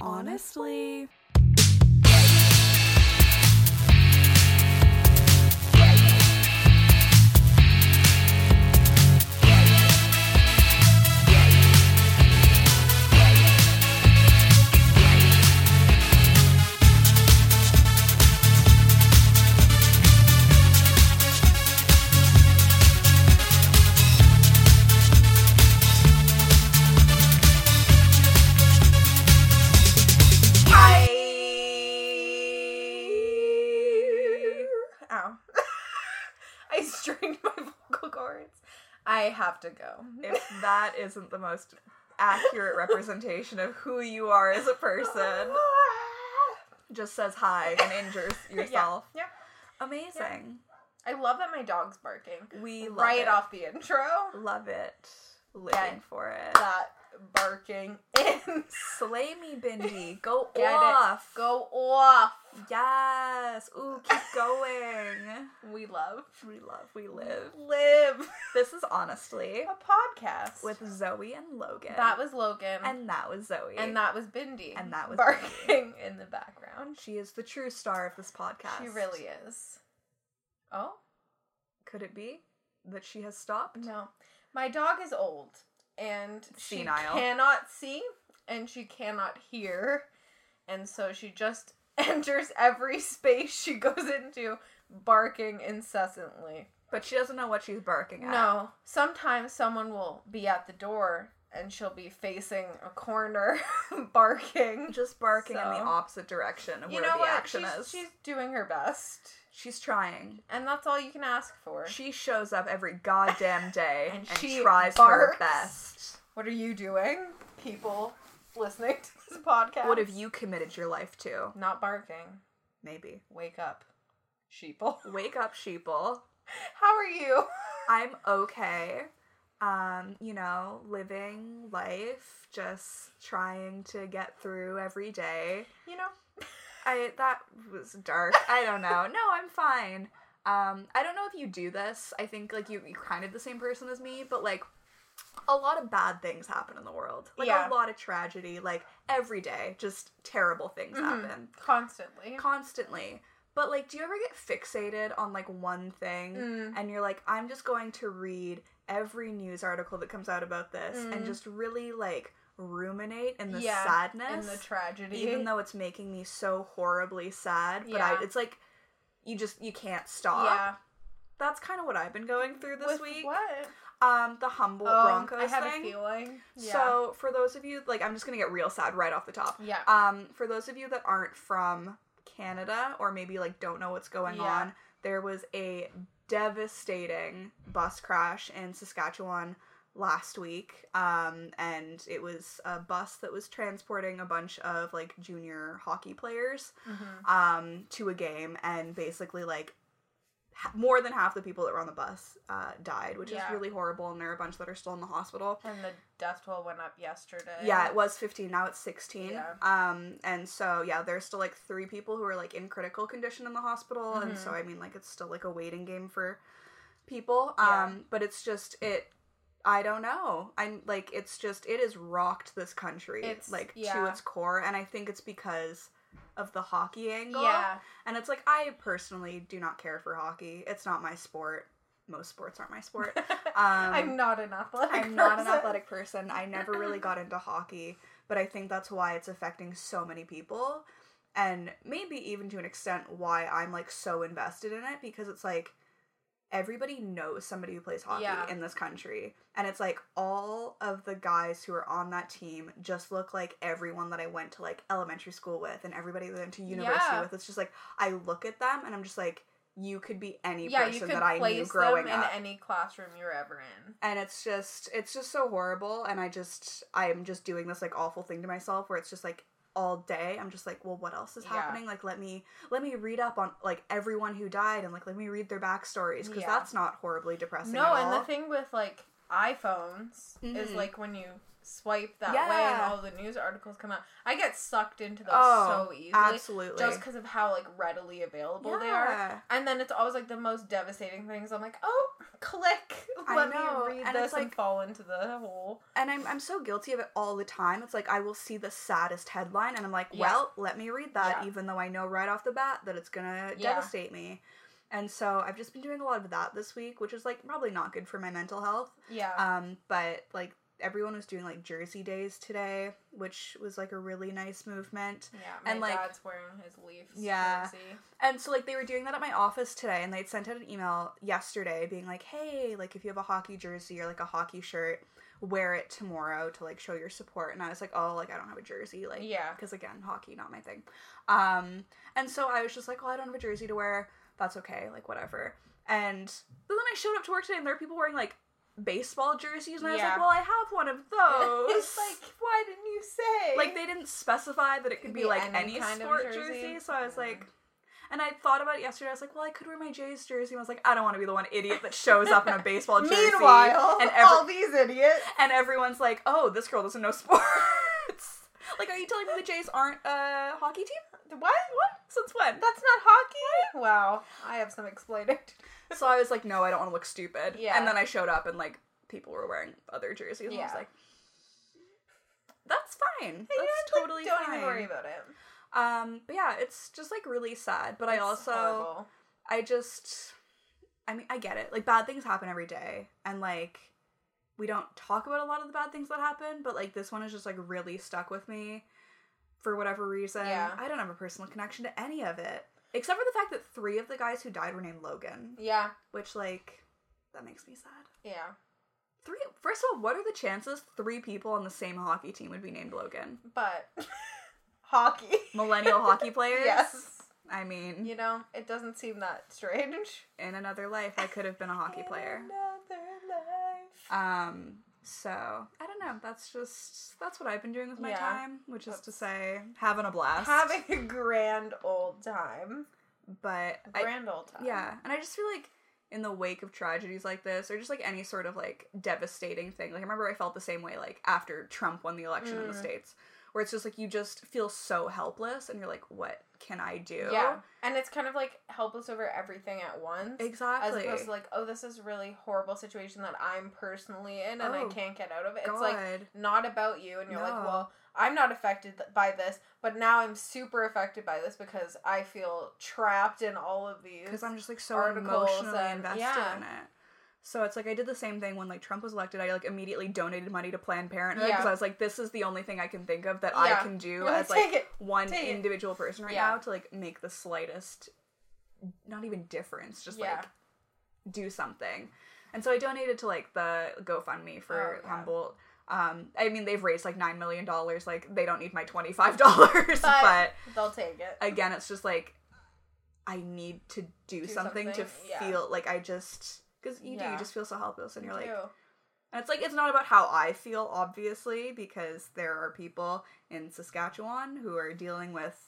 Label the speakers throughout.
Speaker 1: honestly.
Speaker 2: I ow. I strained my vocal cords. I have to go.
Speaker 1: If that isn't the most accurate representation of who you are as a person, just says hi and injures yourself.
Speaker 2: Yeah.
Speaker 1: Amazing.
Speaker 2: I love that my dog's barking.
Speaker 1: We love
Speaker 2: Right
Speaker 1: it.
Speaker 2: off the intro.
Speaker 1: Love it. Living
Speaker 2: Yeah.
Speaker 1: for it.
Speaker 2: That barking in.
Speaker 1: Slay me, Bindi. Go
Speaker 2: Get it.
Speaker 1: off.
Speaker 2: Go off.
Speaker 1: Yes. Ooh, keep going.
Speaker 2: We love.
Speaker 1: we love. We live.
Speaker 2: Live.
Speaker 1: This is honestly
Speaker 2: A podcast.
Speaker 1: with Zoe and Logan.
Speaker 2: that was Logan.
Speaker 1: and that was Zoe.
Speaker 2: and that was Bindi.
Speaker 1: And that was
Speaker 2: barking in the background.
Speaker 1: she is the true star of this podcast.
Speaker 2: She really is. Oh?
Speaker 1: Could it be that she has stopped?
Speaker 2: No. My dog is old and she
Speaker 1: Senile.
Speaker 2: cannot see and she cannot hear. And so she just enters every space she goes into barking incessantly.
Speaker 1: But she doesn't know what she's barking at.
Speaker 2: No. Sometimes someone will be at the door and she'll be facing a corner barking.
Speaker 1: Just barking in the
Speaker 2: So-
Speaker 1: opposite direction of
Speaker 2: You
Speaker 1: where
Speaker 2: know
Speaker 1: the
Speaker 2: what?
Speaker 1: action
Speaker 2: She's,
Speaker 1: is.
Speaker 2: she's doing her best.
Speaker 1: She's trying.
Speaker 2: And that's all you can ask for.
Speaker 1: She shows up every goddamn day
Speaker 2: And
Speaker 1: and,
Speaker 2: she
Speaker 1: tries
Speaker 2: barks.
Speaker 1: her best.
Speaker 2: What are you doing? People listening to this podcast.
Speaker 1: What have you committed your life to?
Speaker 2: Not barking.
Speaker 1: Maybe.
Speaker 2: Wake up, sheeple.
Speaker 1: Wake up, sheeple.
Speaker 2: How are you?
Speaker 1: I'm okay. Um, you know, living life, just trying to get through every day.
Speaker 2: You know,
Speaker 1: I that was dark. I don't know. No, I'm fine. Um, I don't know if you do this. I think like you, you're kind of the same person as me, but like a lot of bad things happen in the world. Like
Speaker 2: Yeah.
Speaker 1: a lot of tragedy. Like every day, just terrible things
Speaker 2: Mm-hmm.
Speaker 1: happen
Speaker 2: constantly.
Speaker 1: constantly. But like, do you ever get fixated on like one thing
Speaker 2: Mm.
Speaker 1: and you're like, I'm just going to read every news article that comes out about this
Speaker 2: Mm.
Speaker 1: and just really like ruminate in the
Speaker 2: Yeah, And
Speaker 1: sadness,
Speaker 2: the tragedy.
Speaker 1: even though it's making me so horribly sad. But
Speaker 2: Yeah.
Speaker 1: I, it's like you just you can't stop.
Speaker 2: yeah,
Speaker 1: That's kind of what I've been going through this
Speaker 2: With
Speaker 1: week.
Speaker 2: What?
Speaker 1: Um, the Humboldt
Speaker 2: Oh,
Speaker 1: Broncos
Speaker 2: I have
Speaker 1: thing.
Speaker 2: a feeling. Yeah.
Speaker 1: So for those of you like I'm just gonna get real sad right off the top.
Speaker 2: Yeah.
Speaker 1: Um, for those of you that aren't from Canada or maybe like don't know what's going
Speaker 2: Yeah.
Speaker 1: on, there was a devastating bus crash in Saskatchewan last week. Um, and it was a bus that was transporting a bunch of like junior hockey players
Speaker 2: Mhm.
Speaker 1: um to a game and basically like ha- more than half the people that were on the bus uh, died, which
Speaker 2: Yeah.
Speaker 1: is really horrible, and there are a bunch that are still in the hospital.
Speaker 2: And the dust well went up yesterday.
Speaker 1: Yeah, it was 15. Now it's 16.
Speaker 2: Yeah.
Speaker 1: Um, and so yeah, there's still like three people who are like in critical condition in the hospital, and
Speaker 2: Mm-hmm.
Speaker 1: so I mean like it's still like a waiting game for people. Um,
Speaker 2: Yeah.
Speaker 1: but it's just it. I don't know. I'm like it's just it has rocked this country
Speaker 2: It's-
Speaker 1: like to
Speaker 2: yeah.
Speaker 1: its core, and I think it's because of the hockey angle.
Speaker 2: Yeah.
Speaker 1: And it's like I personally do not care for hockey. It's not my sport. Most sports aren't my sport. Um,
Speaker 2: I'm not an athletic.
Speaker 1: I'm not an
Speaker 2: person.
Speaker 1: athletic person. I never really got into hockey, but I think that's why it's affecting so many people. And maybe even to an extent why I'm like so invested in it because it's like everybody knows somebody who plays hockey
Speaker 2: Yeah.
Speaker 1: in this country. And it's like all of the guys who are on that team just look like everyone that I went to like elementary school with and everybody that I went to university
Speaker 2: Yeah.
Speaker 1: with. It's just like I look at them and I'm just like, you could be any
Speaker 2: Yeah, you
Speaker 1: person
Speaker 2: could
Speaker 1: that I knew
Speaker 2: place
Speaker 1: growing
Speaker 2: them
Speaker 1: up
Speaker 2: in any classroom you're ever in.
Speaker 1: and it's just it's just so horrible and i just i'm just doing this like awful thing to myself where it's just like all day i'm just like well what else is
Speaker 2: Yeah.
Speaker 1: happening like let me let me read up on like everyone who died and like let me read their backstories because
Speaker 2: Yeah.
Speaker 1: that's not horribly depressing
Speaker 2: No,
Speaker 1: at
Speaker 2: and
Speaker 1: all.
Speaker 2: the thing with like iPhones is
Speaker 1: Mhm.
Speaker 2: like when you swipe that way and
Speaker 1: Yeah.
Speaker 2: all the news articles come out. I get sucked into those
Speaker 1: Oh,
Speaker 2: so easily
Speaker 1: Absolutely.
Speaker 2: just because of how like readily available they are.
Speaker 1: Yeah.
Speaker 2: And then it's always like the most devastating things. I'm like, oh, click.
Speaker 1: I
Speaker 2: Let
Speaker 1: know,
Speaker 2: me read
Speaker 1: and
Speaker 2: this
Speaker 1: it's
Speaker 2: and
Speaker 1: like-
Speaker 2: fall into the hole.
Speaker 1: And I'm I'm so guilty of it all the time. It's like I will see the saddest headline and I'm like,
Speaker 2: Yeah.
Speaker 1: well, let me read that,
Speaker 2: Yeah.
Speaker 1: even though I know right off the bat that it's gonna
Speaker 2: Yeah.
Speaker 1: devastate me. And so I've just been doing a lot of that this week, which is like probably not good for my mental health.
Speaker 2: Yeah.
Speaker 1: Um, but like everyone was doing like Jersey Days today, which was like a really nice movement.
Speaker 2: yeah. My
Speaker 1: and, like-
Speaker 2: dad's wearing his Leafs.
Speaker 1: Yeah.
Speaker 2: jersey.
Speaker 1: And so like they were doing that at my office today and they'd sent out an email yesterday being like, "Hey, like if you have a hockey jersey or like a hockey shirt, wear it tomorrow to like show your support." And I was like, "Oh, like I don't have a jersey." Like
Speaker 2: Yeah.
Speaker 1: because again, hockey not my thing. Um and so I was just like, "Well, I don't have a jersey to wear. That's okay. Like whatever." And but then I showed up to work today and there were people wearing like baseball jerseys and I was
Speaker 2: Yeah.
Speaker 1: like, "Well, I have one of those."
Speaker 2: it's like, why didn't you say?
Speaker 1: like they didn't specify that it could
Speaker 2: Could
Speaker 1: be,
Speaker 2: be
Speaker 1: like
Speaker 2: any
Speaker 1: any,
Speaker 2: kind of
Speaker 1: sport
Speaker 2: jersey.
Speaker 1: jersey. so i was
Speaker 2: Yeah.
Speaker 1: like and i thought about it yesterday i was like well i could wear my jays jersey and i was like i don't want to be the one idiot that shows up in a baseball jersey
Speaker 2: Meanwhile,
Speaker 1: and,
Speaker 2: all
Speaker 1: every-
Speaker 2: these idiots.
Speaker 1: and everyone's like oh this girl doesn't know sports like are you telling me the jays aren't a hockey team
Speaker 2: What?
Speaker 1: since when
Speaker 2: That's not hockey? Wow. I have some explaining. to do.
Speaker 1: so i was like no i don't want to look stupid
Speaker 2: Yeah.
Speaker 1: and then i showed up and like people were wearing other jerseys and i was
Speaker 2: Yeah.
Speaker 1: like that's fine.
Speaker 2: Yeah,
Speaker 1: That's
Speaker 2: like,
Speaker 1: totally
Speaker 2: Don't
Speaker 1: fine.
Speaker 2: even worry about it.
Speaker 1: Um, but yeah, it's just like really sad. But I
Speaker 2: It's
Speaker 1: also,
Speaker 2: horrible.
Speaker 1: I just, I mean, I get it. Like bad things happen every day, and like we don't talk about a lot of the bad things that happen. But like this one is just like really stuck with me for whatever reason.
Speaker 2: Yeah.
Speaker 1: I don't have a personal connection to any of it except for the fact that three of the guys who died were named Logan,
Speaker 2: Yeah.
Speaker 1: which like that makes me sad.
Speaker 2: Yeah.
Speaker 1: Three. First of all, what are the chances three people on the same hockey team would be named Logan?
Speaker 2: But hockey.
Speaker 1: Millennial hockey players.
Speaker 2: Yes.
Speaker 1: I mean,
Speaker 2: You know, it doesn't seem that strange.
Speaker 1: in another life I could have been a hockey
Speaker 2: In
Speaker 1: player.
Speaker 2: Another life.
Speaker 1: Um so I don't know. That's just that's what I've been doing with my
Speaker 2: Yeah.
Speaker 1: time, which is to say having a blast.
Speaker 2: Having a grand old time.
Speaker 1: but I,
Speaker 2: Grand old time.
Speaker 1: yeah, and I just feel like in the wake of tragedies like this, or just like any sort of like devastating thing, like I remember I felt the same way like after Trump won the election in the
Speaker 2: Mm.
Speaker 1: states, where it's just like you just feel so helpless, and you're like, what can I do?
Speaker 2: Yeah. And it's kind of like helpless over everything at once. As
Speaker 1: exactly.
Speaker 2: opposed to like, oh, this is a really horrible situation that I'm personally in and I
Speaker 1: Oh,
Speaker 2: can't get out of it.
Speaker 1: God.
Speaker 2: It's like not about you and you're like
Speaker 1: No.
Speaker 2: well i'm not affected th- by this but now i'm super affected by this because i feel trapped in all of these
Speaker 1: because I'm just like so
Speaker 2: articles
Speaker 1: emotionally
Speaker 2: and-
Speaker 1: invested
Speaker 2: yeah.
Speaker 1: in it. So it's like I did the same thing when like Trump was elected. I like immediately donated money to Planned Parenthood because
Speaker 2: Yeah.
Speaker 1: I was like, this is the only thing I can think of that
Speaker 2: Yeah.
Speaker 1: I can do
Speaker 2: You're like,
Speaker 1: as like
Speaker 2: "Take it."
Speaker 1: one
Speaker 2: Take it.
Speaker 1: individual person right
Speaker 2: Yeah.
Speaker 1: now to like make the slightest, not even difference, just
Speaker 2: Yeah.
Speaker 1: like do something. And so I donated to like the GoFundMe for
Speaker 2: Oh, yeah.
Speaker 1: Humboldt. Um, I mean, they've raised like nine million dollars. Like they don't need my twenty five dollars,
Speaker 2: but,
Speaker 1: but
Speaker 2: they'll take it
Speaker 1: again, it's just like I need to do,
Speaker 2: Do
Speaker 1: something, to
Speaker 2: something, yeah.
Speaker 1: feel like I just because you do,
Speaker 2: Yeah.
Speaker 1: you just feel so helpless, and
Speaker 2: Me
Speaker 1: you're like,
Speaker 2: too.
Speaker 1: and it's like it's not about how I feel, obviously, because there are people in Saskatchewan who are dealing with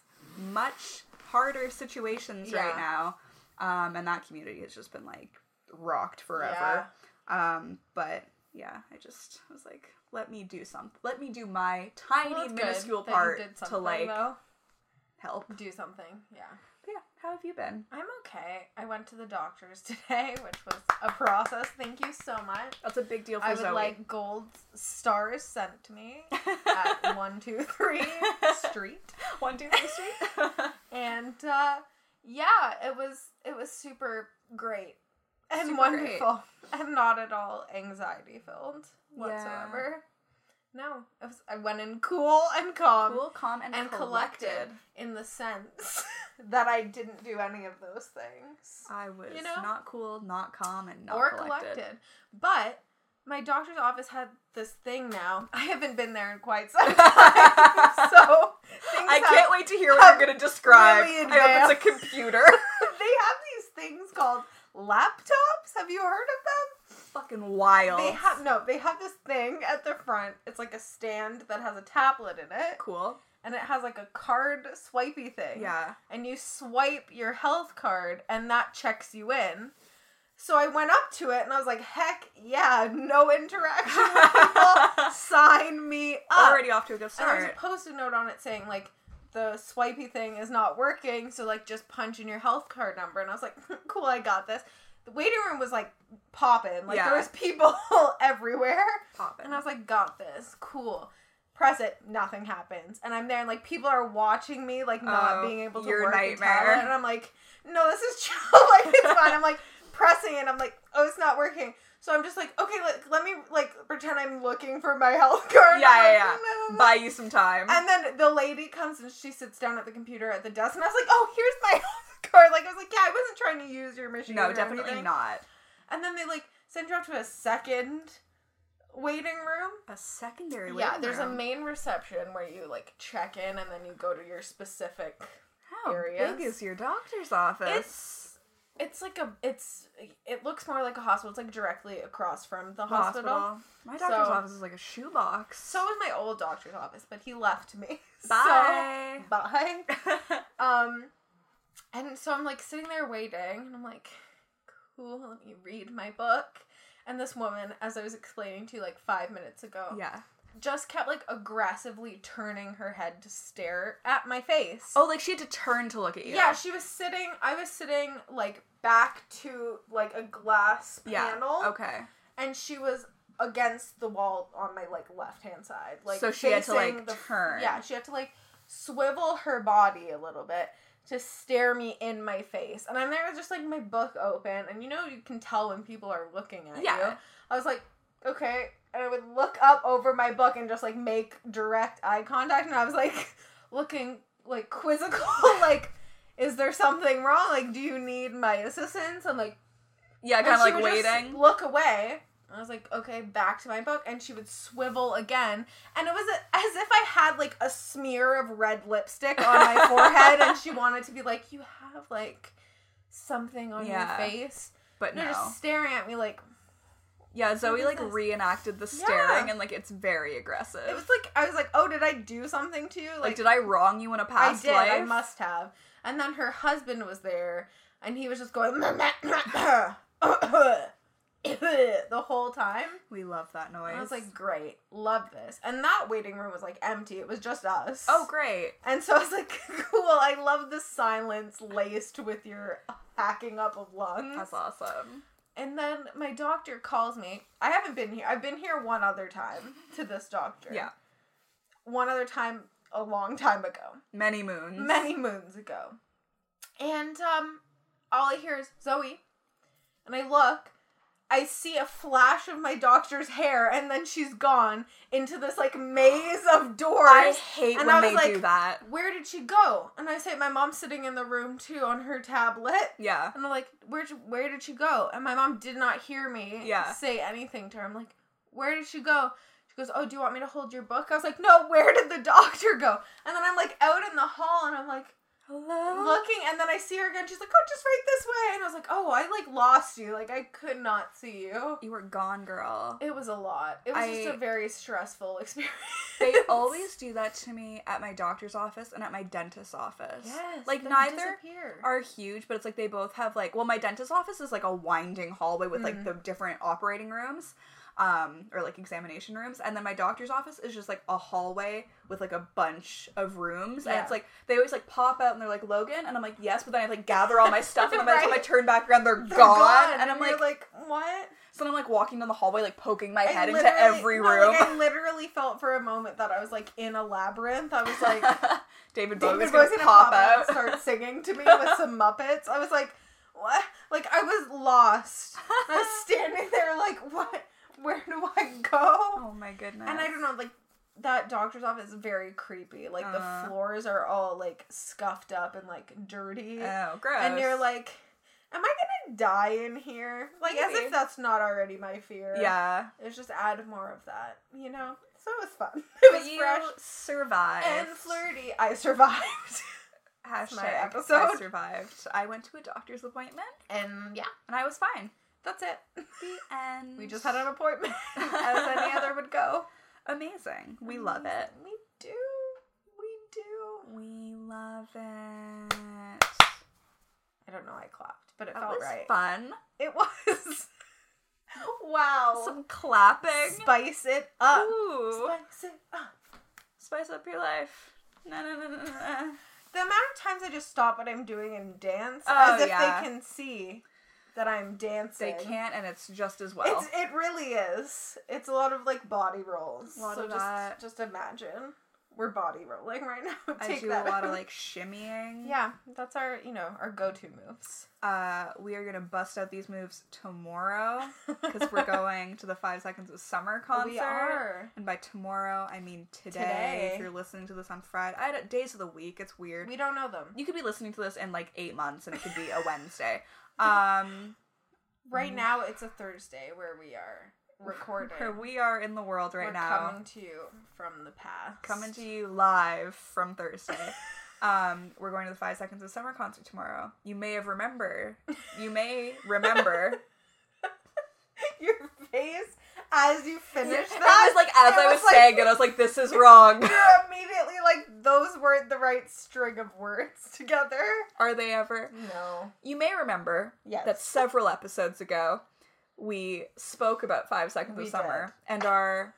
Speaker 1: much harder situations
Speaker 2: Yeah.
Speaker 1: right now, um, and that community has just been like rocked forever.
Speaker 2: Yeah.
Speaker 1: Um, but yeah, I just was like, let me do something. Let me do my tiny
Speaker 2: Well, it's good
Speaker 1: minuscule
Speaker 2: that you
Speaker 1: part
Speaker 2: did
Speaker 1: to
Speaker 2: something,
Speaker 1: like
Speaker 2: though.
Speaker 1: help.
Speaker 2: do something yeah
Speaker 1: But yeah, how have you been?
Speaker 2: i'm okay i went to the doctor's today which was a process thank you so much
Speaker 1: That's a big deal for
Speaker 2: i would
Speaker 1: Zoe.
Speaker 2: like gold stars sent to me at 123 street
Speaker 1: One, two, three, street.
Speaker 2: and uh, yeah, it was it was super great and
Speaker 1: Super
Speaker 2: wonderful and not at all anxiety filled whatsoever. No, it was, I went in cool and calm
Speaker 1: cool, calm, and,
Speaker 2: and
Speaker 1: collected.
Speaker 2: collected. in the sense that I didn't do any of those things
Speaker 1: I was
Speaker 2: You know?
Speaker 1: not cool, not calm, and not
Speaker 2: or
Speaker 1: collected.
Speaker 2: collected. but. My doctor's office had this thing now. I haven't been there in quite some time, so things
Speaker 1: I
Speaker 2: have
Speaker 1: can't wait to hear what you're gonna describe.
Speaker 2: Really
Speaker 1: I hope it's a computer.
Speaker 2: they have these things called laptops. Have you heard of them?
Speaker 1: Fucking wild.
Speaker 2: They have no, they have this thing at the front. It's like a stand that has a tablet in it
Speaker 1: cool.
Speaker 2: and it has like a card swipey thing.
Speaker 1: Yeah.
Speaker 2: And you swipe your health card and that checks you in. So I went up to it and I was like, heck yeah, no interaction with people. Sign me up.
Speaker 1: Already off to a good
Speaker 2: And there's
Speaker 1: start.
Speaker 2: a post-it note on it saying like the swipey thing is not working, so like just punch in your health card number. And I was like, cool, I got this. The waiting room was like popping, like
Speaker 1: Yeah.
Speaker 2: there was people everywhere,
Speaker 1: Poppin'.
Speaker 2: and I was like, got this, cool. Press it, nothing happens, and I'm there, and like people are watching me, like not
Speaker 1: Oh,
Speaker 2: being able to
Speaker 1: your
Speaker 2: work and
Speaker 1: nightmare.
Speaker 2: talent, and I'm like, no, this is chill, like it's fine. I'm like pressing it, I'm like, oh, it's not working. So I'm just like, okay, let, let me like pretend I'm looking for my health card.
Speaker 1: Yeah,
Speaker 2: I'm like,
Speaker 1: yeah, yeah.
Speaker 2: "No, no, no."
Speaker 1: Buy you some time.
Speaker 2: And then the lady comes and she sits down at the computer at the desk, and I was like, "Oh, here's my card." Like I was like, "Yeah, I wasn't trying to use your machine."
Speaker 1: no,
Speaker 2: or
Speaker 1: definitely
Speaker 2: anything."
Speaker 1: not.
Speaker 2: And then they like send you up to a second waiting room.
Speaker 1: A secondary.
Speaker 2: yeah,
Speaker 1: waiting
Speaker 2: there's a
Speaker 1: room.
Speaker 2: main reception where you like check in, and then you go to your specific.
Speaker 1: How
Speaker 2: areas.
Speaker 1: big is your doctor's office?
Speaker 2: It's it's like a it's it looks more like a hospital. It's like directly across from
Speaker 1: The
Speaker 2: the hospital.
Speaker 1: My doctor's
Speaker 2: So-
Speaker 1: office is like a shoebox.
Speaker 2: So was my old doctor's office, but he left me.
Speaker 1: bye.
Speaker 2: So, bye. Um, and so I'm like sitting there waiting, and I'm like, cool, let me read my book. And this woman, as I was explaining to you like five minutes ago,
Speaker 1: yeah.
Speaker 2: just kept like aggressively turning her head to stare at my face.
Speaker 1: Oh, like she had to turn to look at you.
Speaker 2: yeah. she was sitting, I was sitting like back to like a glass
Speaker 1: Yeah.
Speaker 2: panel,
Speaker 1: Okay.
Speaker 2: and she was against the wall on my like left hand side. Like,
Speaker 1: so she had to
Speaker 2: facing
Speaker 1: like
Speaker 2: the
Speaker 1: turn.
Speaker 2: yeah, she had to like swivel her body a little bit to stare me in my face. And I'm there with just like my book open, and you know you can tell when people are looking at
Speaker 1: Yeah.
Speaker 2: you. I was like, okay. And I would look up over my book and just like make direct eye contact, and I was like looking like quizzical, like, is there something wrong? Like, do you need my assistance? And like
Speaker 1: Yeah, kind
Speaker 2: and
Speaker 1: of
Speaker 2: she
Speaker 1: like
Speaker 2: would just
Speaker 1: waiting.
Speaker 2: look away. And I was like, okay, back to my book. And she would swivel again. And it was a- as if I had like a smear of red lipstick on my forehead. And she wanted to be like, you have like something on
Speaker 1: Yeah.
Speaker 2: your face.
Speaker 1: But
Speaker 2: And
Speaker 1: no.
Speaker 2: they're just staring at me like,
Speaker 1: yeah, Zoe
Speaker 2: is
Speaker 1: like
Speaker 2: this?
Speaker 1: reenacted the
Speaker 2: Yeah.
Speaker 1: staring and like it's very aggressive.
Speaker 2: it was like, I was like, oh, did I do something to you?
Speaker 1: like, did I wrong you in a past
Speaker 2: I did.
Speaker 1: life?
Speaker 2: I must have. And then her husband was there, and he was just going the whole time.
Speaker 1: We love that noise.
Speaker 2: I was like, great, love this. And that waiting room was like empty. It was just us.
Speaker 1: oh great.
Speaker 2: And so I was like, cool. I love the silence laced with your hacking up of lungs.
Speaker 1: That's awesome.
Speaker 2: And then my doctor calls me. I haven't been here. I've been here one other time to this doctor.
Speaker 1: Yeah.
Speaker 2: One other time a long time ago.
Speaker 1: Many moons.
Speaker 2: Many moons ago. And um all I hear is Zoe. And I look, I see a flash of my doctor's hair, and then she's gone into this like maze of doors.
Speaker 1: I hate
Speaker 2: And
Speaker 1: when
Speaker 2: I was
Speaker 1: they
Speaker 2: like-
Speaker 1: do that.
Speaker 2: Where did she go? And I say my mom's sitting in the room too on her tablet.
Speaker 1: Yeah.
Speaker 2: And I'm like, where where did she go? And my mom did not hear me
Speaker 1: Yeah.
Speaker 2: say anything to her. I'm like, where did she go? She goes, oh, do you want me to hold your book? I was like, no. Where did the doctor go? And then I'm like out in the hall, and I'm like
Speaker 1: Hello.
Speaker 2: looking, and then I see her again. She's like, oh, just right this way. And I was like, oh, I like lost you. Like I could not see you.
Speaker 1: You were gone, girl.
Speaker 2: It was a lot. It was just
Speaker 1: I-
Speaker 2: a very stressful experience.
Speaker 1: They always do that to me at my doctor's office and at my dentist's office.
Speaker 2: yes,
Speaker 1: Like
Speaker 2: they
Speaker 1: neither
Speaker 2: disappear.
Speaker 1: are huge, but it's like they both have like well, my dentist's office is like a winding hallway with like
Speaker 2: Mhm.
Speaker 1: the different operating rooms, um, or like examination rooms, and then my doctor's office is just like a hallway with like a bunch of rooms, and
Speaker 2: Yeah.
Speaker 1: it's like they always like pop out and they're like Logan, and I'm like yes, but then I like gather all my stuff, and then by the time I
Speaker 2: Right.
Speaker 1: turn back around, they're,
Speaker 2: They're
Speaker 1: gone, and I'm
Speaker 2: you're
Speaker 1: like,
Speaker 2: like what?
Speaker 1: so then I'm like walking down the hallway like poking my
Speaker 2: I
Speaker 1: head into
Speaker 2: literally-
Speaker 1: every
Speaker 2: no,
Speaker 1: room.
Speaker 2: Like, I literally felt for a moment that I was like in a labyrinth. I was like,
Speaker 1: David
Speaker 2: David
Speaker 1: Bowie's
Speaker 2: was
Speaker 1: gonna,
Speaker 2: gonna
Speaker 1: pop,
Speaker 2: and
Speaker 1: out.
Speaker 2: start singing to me with some Muppets. I was like, what? Like I was lost. I was standing there like, what? Where do I go?
Speaker 1: oh my goodness.
Speaker 2: And I don't know, like. That doctor's office is very creepy. Like
Speaker 1: Uh.
Speaker 2: the floors are all like scuffed up and like dirty,
Speaker 1: Oh, gross.
Speaker 2: and you're like, "Am I gonna die in here?" Like as
Speaker 1: Maybe.
Speaker 2: if that's not already my fear.
Speaker 1: yeah.
Speaker 2: It was just add more of that, you know? So it was fun. It
Speaker 1: But
Speaker 2: was
Speaker 1: you
Speaker 2: fresh
Speaker 1: survived.
Speaker 2: and flirty. I survived.
Speaker 1: Hashtag
Speaker 2: my
Speaker 1: I
Speaker 2: episode.
Speaker 1: survived. I went to a doctor's appointment
Speaker 2: and yeah,
Speaker 1: and I was fine.
Speaker 2: that's it.
Speaker 1: The end.
Speaker 2: We just had an appointment as any other would go.
Speaker 1: Amazing. We love it.
Speaker 2: We do. We do.
Speaker 1: We love it.
Speaker 2: I don't know, I clapped but it
Speaker 1: That
Speaker 2: felt
Speaker 1: was
Speaker 2: right.
Speaker 1: fun.
Speaker 2: It was. wow.
Speaker 1: Some clapping.
Speaker 2: Spice it up.
Speaker 1: Ooh.
Speaker 2: Spice it up.
Speaker 1: Spice up your life. Na na na na na. na.
Speaker 2: The amount of times I just stop what I'm doing and dance
Speaker 1: Oh,
Speaker 2: as if
Speaker 1: yeah.
Speaker 2: they can see that I'm
Speaker 1: They
Speaker 2: dancing.
Speaker 1: can't, and it's just as well.
Speaker 2: It's it really is. It's a lot of like body rolls.
Speaker 1: Lot
Speaker 2: so
Speaker 1: of
Speaker 2: just
Speaker 1: that.
Speaker 2: just imagine we're body rolling right now.
Speaker 1: I
Speaker 2: Take
Speaker 1: do
Speaker 2: that
Speaker 1: a lot of
Speaker 2: out.
Speaker 1: like shimmying.
Speaker 2: Yeah, that's our you know our go-to moves.
Speaker 1: Uh, we are gonna bust out these moves tomorrow because we're going to the Five Seconds of Summer concert.
Speaker 2: We are.
Speaker 1: And by tomorrow, I mean today.
Speaker 2: Today.
Speaker 1: If you're listening to this on Friday, I don't- days of the week, it's weird.
Speaker 2: We don't know them
Speaker 1: you could be listening to this in like eight months, and it could be a Wednesday. Um,
Speaker 2: right now. It's a Thursday Mm-hmm. where we are recording.
Speaker 1: where we are in the world right
Speaker 2: We're
Speaker 1: now.
Speaker 2: coming to you from the past.
Speaker 1: coming to you live from Thursday. um, we're going to the Five Seconds of Summer concert tomorrow. You may have remember. You may remember.
Speaker 2: your face as you finish
Speaker 1: I
Speaker 2: that.
Speaker 1: was like, as I was saying it, I was like, this is wrong.
Speaker 2: You're immediately like, those weren't the right string of words together.
Speaker 1: Are they ever?
Speaker 2: No.
Speaker 1: You may remember
Speaker 2: Yes.
Speaker 1: that several episodes ago, we spoke about Five Seconds
Speaker 2: We
Speaker 1: of Summer and our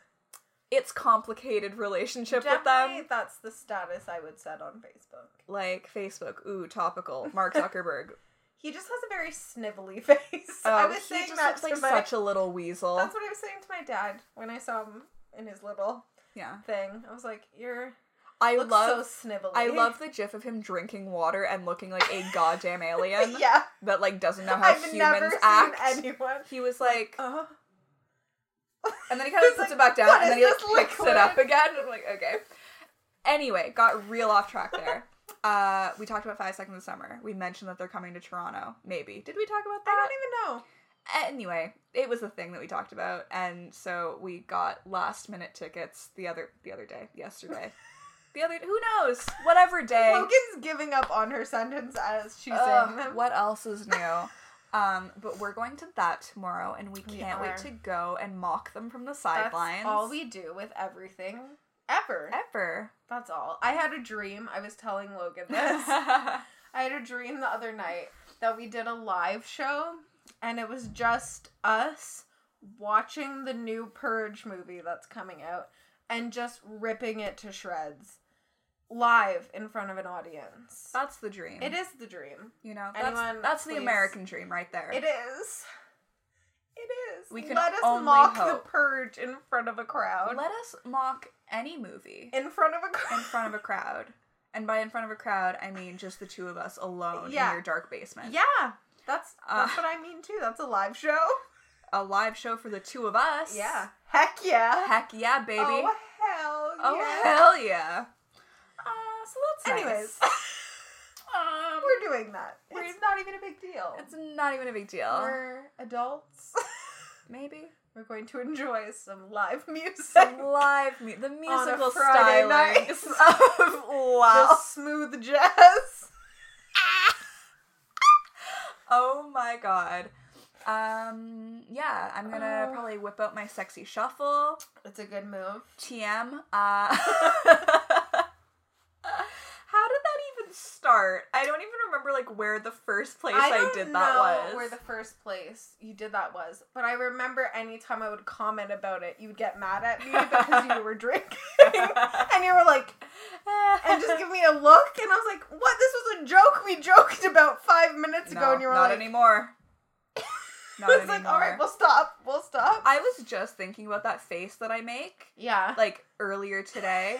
Speaker 1: it's complicated relationship with
Speaker 2: Definitely,
Speaker 1: them.
Speaker 2: that's the status I would set on Facebook.
Speaker 1: Like Facebook, ooh, topical. Mark Zuckerberg.
Speaker 2: He just has a very snivelly face. I
Speaker 1: Oh,
Speaker 2: was
Speaker 1: he
Speaker 2: saying
Speaker 1: just
Speaker 2: that
Speaker 1: looks
Speaker 2: to
Speaker 1: like
Speaker 2: my.
Speaker 1: such a little weasel.
Speaker 2: That's what I was saying to my dad when I saw him in his little
Speaker 1: yeah,
Speaker 2: thing. I was like, "You're
Speaker 1: I
Speaker 2: looks
Speaker 1: love
Speaker 2: so snivelly."
Speaker 1: I love the gif of him drinking water and looking like a goddamn alien
Speaker 2: yeah,
Speaker 1: that like doesn't know how
Speaker 2: I've
Speaker 1: humans
Speaker 2: never seen
Speaker 1: act. Uh-huh.
Speaker 2: anyone.
Speaker 1: he was like,
Speaker 2: Oh,
Speaker 1: and then he kind of
Speaker 2: He's
Speaker 1: puts
Speaker 2: like,
Speaker 1: it back down,
Speaker 2: "What
Speaker 1: and then he
Speaker 2: is
Speaker 1: like
Speaker 2: this
Speaker 1: picks
Speaker 2: liquid?"
Speaker 1: it up again. I'm like, okay. Anyway, got real off track there. Uh, we talked about Five Seconds of Summer. We mentioned that they're coming to Toronto. Maybe did we talk about
Speaker 2: I
Speaker 1: that?
Speaker 2: don't even know.
Speaker 1: Anyway, it was a thing that we talked about, and so we got last minute tickets the other the other day, yesterday, the other who knows whatever day.
Speaker 2: Logan's giving up on her sentence as she's saying
Speaker 1: Ugh,
Speaker 2: them.
Speaker 1: what else is new? um, but we're going to that tomorrow, and we
Speaker 2: We
Speaker 1: can't
Speaker 2: are.
Speaker 1: wait to go and mock them from the
Speaker 2: That's
Speaker 1: sidelines.
Speaker 2: all we do with everything ever.
Speaker 1: ever.
Speaker 2: That's all. I had a dream. I was telling Logan this. I had a dream the other night that we did a live show and it was just us watching the new Purge movie that's coming out and just ripping it to shreds live in front of an audience.
Speaker 1: that's the dream.
Speaker 2: It is the dream.
Speaker 1: You know, that's,
Speaker 2: Anyone,
Speaker 1: that's the
Speaker 2: please.
Speaker 1: American dream right there.
Speaker 2: It is. It is.
Speaker 1: We can
Speaker 2: Let us
Speaker 1: only
Speaker 2: mock
Speaker 1: hope.
Speaker 2: the Purge in front of a crowd.
Speaker 1: Let us mock any movie
Speaker 2: in front of a crowd.
Speaker 1: in front of a crowd. And by in front of a crowd, I mean just the two of us alone
Speaker 2: Yeah.
Speaker 1: in your dark basement.
Speaker 2: Yeah, that's that's
Speaker 1: Uh.
Speaker 2: what I mean too. That's a live show.
Speaker 1: A live show for the two of us.
Speaker 2: heck yeah,
Speaker 1: Heck yeah, baby.
Speaker 2: oh
Speaker 1: Oh,
Speaker 2: hell yeah.
Speaker 1: hell yeah. Uh, so that's nice.
Speaker 2: Anyways,
Speaker 1: Um,
Speaker 2: we're doing that.
Speaker 1: We're-
Speaker 2: it's not even a big deal.
Speaker 1: It's not even a big deal.
Speaker 2: we're adults.
Speaker 1: Maybe
Speaker 2: we're going to enjoy some live music.
Speaker 1: some live mu- the musical
Speaker 2: Friday
Speaker 1: stylings
Speaker 2: night.
Speaker 1: of wow.
Speaker 2: Just smooth jazz.
Speaker 1: Oh my god. Um. Yeah, I'm gonna
Speaker 2: Oh.
Speaker 1: probably whip out my sexy shuffle.
Speaker 2: It's a good move.
Speaker 1: TM. Uh, How did that even start? I don't even remember like where the first place I,
Speaker 2: don't
Speaker 1: did
Speaker 2: know
Speaker 1: that was.
Speaker 2: where the first place you did that was, but I remember anytime I would comment about it, you'd get mad at me because you were drinking, and you were like, and just give me a look. And I was like, what? This was a joke we joked about five minutes ago.
Speaker 1: No,
Speaker 2: and you were
Speaker 1: not
Speaker 2: like,
Speaker 1: anymore. Not
Speaker 2: I was
Speaker 1: anymore.
Speaker 2: like, all right, we'll stop. We'll stop.
Speaker 1: I was just thinking about that face that I make
Speaker 2: yeah.
Speaker 1: like earlier today.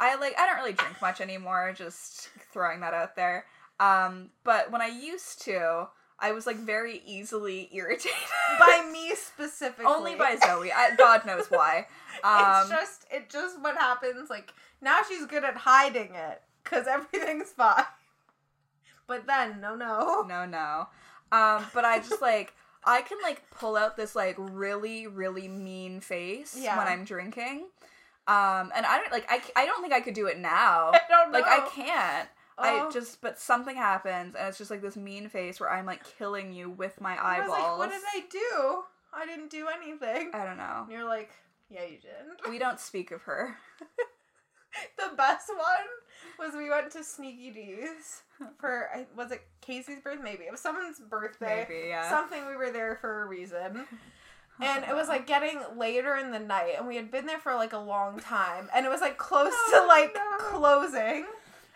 Speaker 1: I like I don't really drink much anymore, just throwing that out there. Um, but when I used to, I was like very easily irritated.
Speaker 2: by me specifically.
Speaker 1: only by Zoe. I, God knows why. Um,
Speaker 2: it's just, it just what happens. Like, now she's good at hiding it because everything's fine. But then, no, no.
Speaker 1: no, no. Um, but I just like I can like pull out this like really really mean face
Speaker 2: Yeah.
Speaker 1: when I'm drinking. Um, and I don't like I, c- I don't think I could do it now.
Speaker 2: I don't know.
Speaker 1: Like I can't. I
Speaker 2: Oh.
Speaker 1: just but something happens and it's just like this mean face where I'm like killing you with my
Speaker 2: I
Speaker 1: eyeballs.
Speaker 2: was like, what did I do? I didn't do anything.
Speaker 1: I don't know.
Speaker 2: And you're like, yeah, you did.
Speaker 1: We don't speak of her.
Speaker 2: The best one was we went to Sneaky D's for I was it Casey's birth, maybe it was someone's birthday.
Speaker 1: Maybe, yeah.
Speaker 2: Something we were there for a reason. And it was like getting later in the night, and we had been there for like a long time, and it was like close
Speaker 1: Oh,
Speaker 2: to like
Speaker 1: no.
Speaker 2: closing.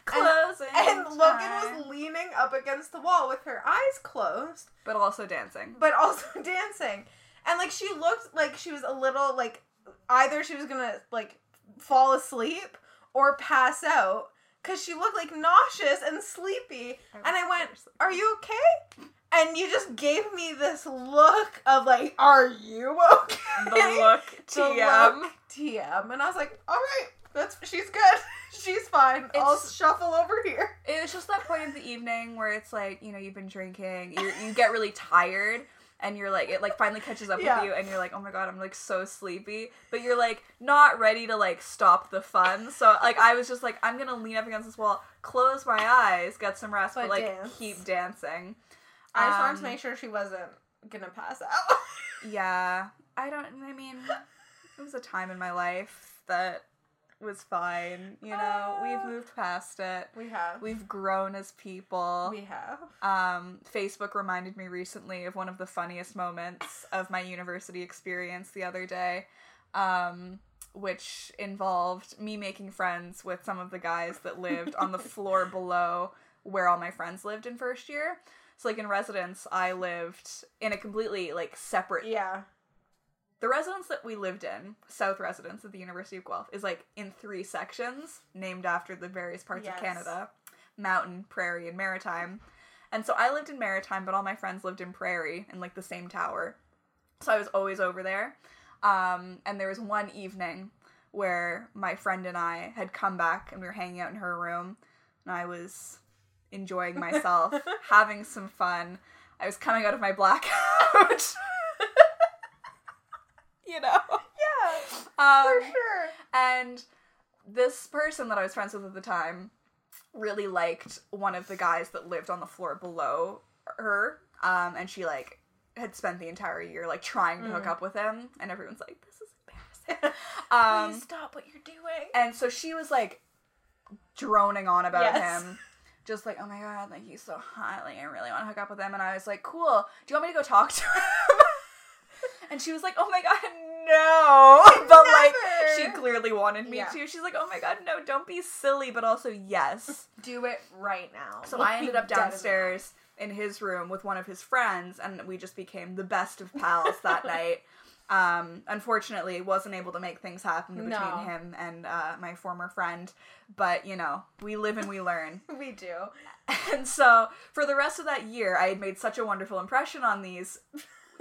Speaker 1: closing.
Speaker 2: And Logan
Speaker 1: time.
Speaker 2: was leaning up against the wall with her eyes closed,
Speaker 1: but also dancing.
Speaker 2: but also dancing. And like she looked like she was a little like either she was gonna like fall asleep or pass out because she looked like nauseous and sleepy. And I went, Are you okay? And you just gave me this look of like, Are you okay?
Speaker 1: the look
Speaker 2: The
Speaker 1: TM?
Speaker 2: look, TM. And I was like, All right, that's she's good. she's fine. I'll
Speaker 1: It's-
Speaker 2: shuffle over here.
Speaker 1: It was just that point of the evening where it's like you know you've been drinking, you you get really tired. And you're like, it like finally catches up
Speaker 2: Yeah.
Speaker 1: with you, and you're like, oh my god, I'm like so sleepy. But you're like not ready to like stop the fun. So like I was just like, I'm gonna lean up against this wall, close my eyes, get some rest, but,
Speaker 2: But
Speaker 1: like
Speaker 2: dance.
Speaker 1: keep dancing.
Speaker 2: I just wanted to
Speaker 1: Um,
Speaker 2: make sure she wasn't gonna pass out.
Speaker 1: Yeah, I don't. I mean, it was a time in my life that was fine. You know,
Speaker 2: Uh.
Speaker 1: we've moved past it.
Speaker 2: we have. We,
Speaker 1: We've grown as people.
Speaker 2: have.
Speaker 1: Um, Facebook reminded me recently of one of the funniest moments of my university experience the other day, um, which involved me making friends with some of the guys that lived on the floor below where all my friends lived in first year. So, like in residence, I lived in a completely like separate.
Speaker 2: Yeah.
Speaker 1: The residence that we lived in, South Residence at the University of Guelph, is like in three sections named after the various parts
Speaker 2: Yes.
Speaker 1: of Canada mountain, prairie, and maritime. And so I lived in maritime, but all my friends lived in prairie in like the same tower. So I was always over there. Um, and there was one evening where my friend and I had come back and we were hanging out in her room, and I was enjoying myself, having some fun. I was coming out of my blackout. you know?
Speaker 2: Yeah.
Speaker 1: Um,
Speaker 2: For sure.
Speaker 1: and this person that I was friends with at the time really liked one of the guys that lived on the floor below her. Um, and she like had spent the entire year like trying to hook
Speaker 2: Mm.
Speaker 1: up with him, and everyone's like, "This is embarrassing." um,
Speaker 2: stop what you're doing.
Speaker 1: and so she was like droning on about
Speaker 2: Yes.
Speaker 1: him. Just like, oh my god, like he's so hot, like I really want to hook up with him. And I was like, cool, do you want me to go talk to him? and she was like, oh my god, no. But like, she
Speaker 2: Never.
Speaker 1: clearly wanted me
Speaker 2: Yeah.
Speaker 1: to. She's like, oh my god, no, don't be silly, but also yes.
Speaker 2: Do it right now.
Speaker 1: So I ended up downstairs in his room with one of his friends, and we just became the best of pals that night. Um, unfortunately, wasn't able to make things happen between
Speaker 2: No.
Speaker 1: him and uh, my former friend, but you know, we live and we learn.
Speaker 2: We do.
Speaker 1: And so for the rest of that year, I had made such a wonderful impression on these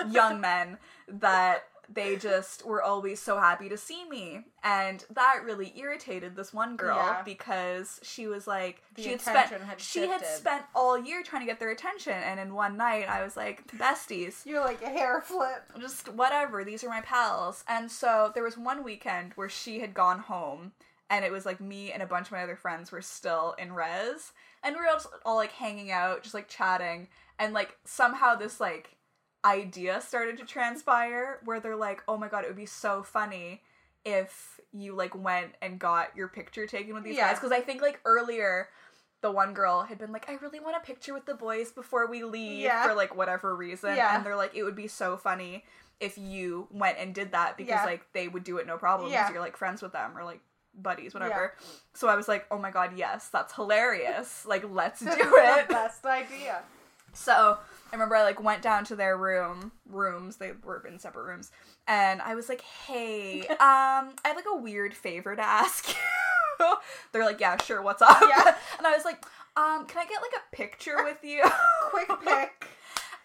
Speaker 1: young men that they just were always so happy to see me. And that really irritated this one girl
Speaker 2: Yeah.
Speaker 1: because she was like
Speaker 2: The
Speaker 1: she had
Speaker 2: attention
Speaker 1: spent
Speaker 2: had
Speaker 1: she had
Speaker 2: shifted.
Speaker 1: spent all year trying to get their attention and in one night I was like besties
Speaker 2: You're like a hair flip.
Speaker 1: just whatever these are my pals and so there was one weekend where she had gone home and it was like me and a bunch of my other friends were still in res and we were all, just, all like hanging out just like chatting and like somehow this like idea started to transpire where they're like oh my god it would be so funny if you like went and got your picture taken with these
Speaker 2: Yeah.
Speaker 1: guys because i think like earlier the one girl had been like, I really want a picture with the boys before we leave
Speaker 2: Yeah.
Speaker 1: for like whatever reason.
Speaker 2: Yeah.
Speaker 1: And they're like, it would be so funny if you went and did that because
Speaker 2: Yeah.
Speaker 1: like they would do it no problem because
Speaker 2: Yeah.
Speaker 1: you're like friends with them or like buddies, whatever. So I was like, oh my god, yes, that's hilarious. Like, let's do
Speaker 2: the
Speaker 1: it.
Speaker 2: best idea.
Speaker 1: So I remember I like went down to their room rooms. They were in separate rooms, and I was like, "Hey, um, I have like a weird favor to ask you." They're like, "Yeah, sure. What's up?"
Speaker 2: Yeah.
Speaker 1: And I was like, "Um, can I get like a picture with you?"
Speaker 2: Quick pick.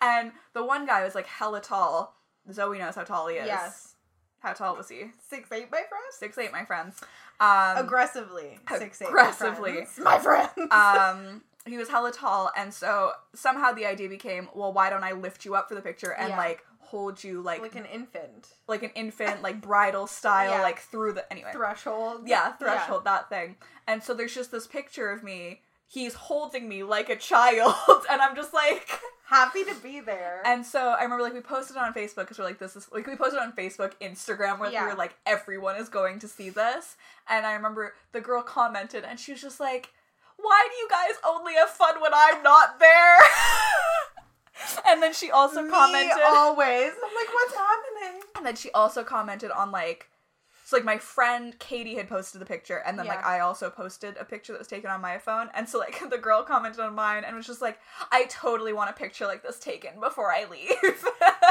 Speaker 1: And the one guy was like hella tall. Zoe knows how tall he is.
Speaker 2: Yes.
Speaker 1: How tall was he?
Speaker 2: Six eight my friends.
Speaker 1: Six eight, my friends. Um,
Speaker 2: Aggressively. Six eight.
Speaker 1: Aggressively.
Speaker 2: My friends. My friends.
Speaker 1: um he was hella tall and so somehow the idea became well why don't i lift you up for the picture and
Speaker 2: Yeah.
Speaker 1: like hold you like
Speaker 2: like an infant.
Speaker 1: like an infant like bridal style
Speaker 2: Yeah.
Speaker 1: like through the anyway
Speaker 2: Threshold.
Speaker 1: yeah threshold that thing and so there's just this picture of me he's holding me like a child and i'm just like
Speaker 2: Happy to be there.
Speaker 1: and so i remember like we posted it on facebook because we're like this is like we posted it on facebook instagram where
Speaker 2: Yeah.
Speaker 1: we were like everyone is going to see this and i remember the girl commented and she was just like why do you guys only have fun when I'm not there? and then she also
Speaker 2: Me
Speaker 1: commented
Speaker 2: always. I'm like, what's happening?
Speaker 1: and then she also commented on like so like my friend Katie had posted the picture and then
Speaker 2: Yeah.
Speaker 1: like I also posted a picture that was taken on my phone and so like the girl commented on mine and was just like I totally want a picture like this taken before I leave.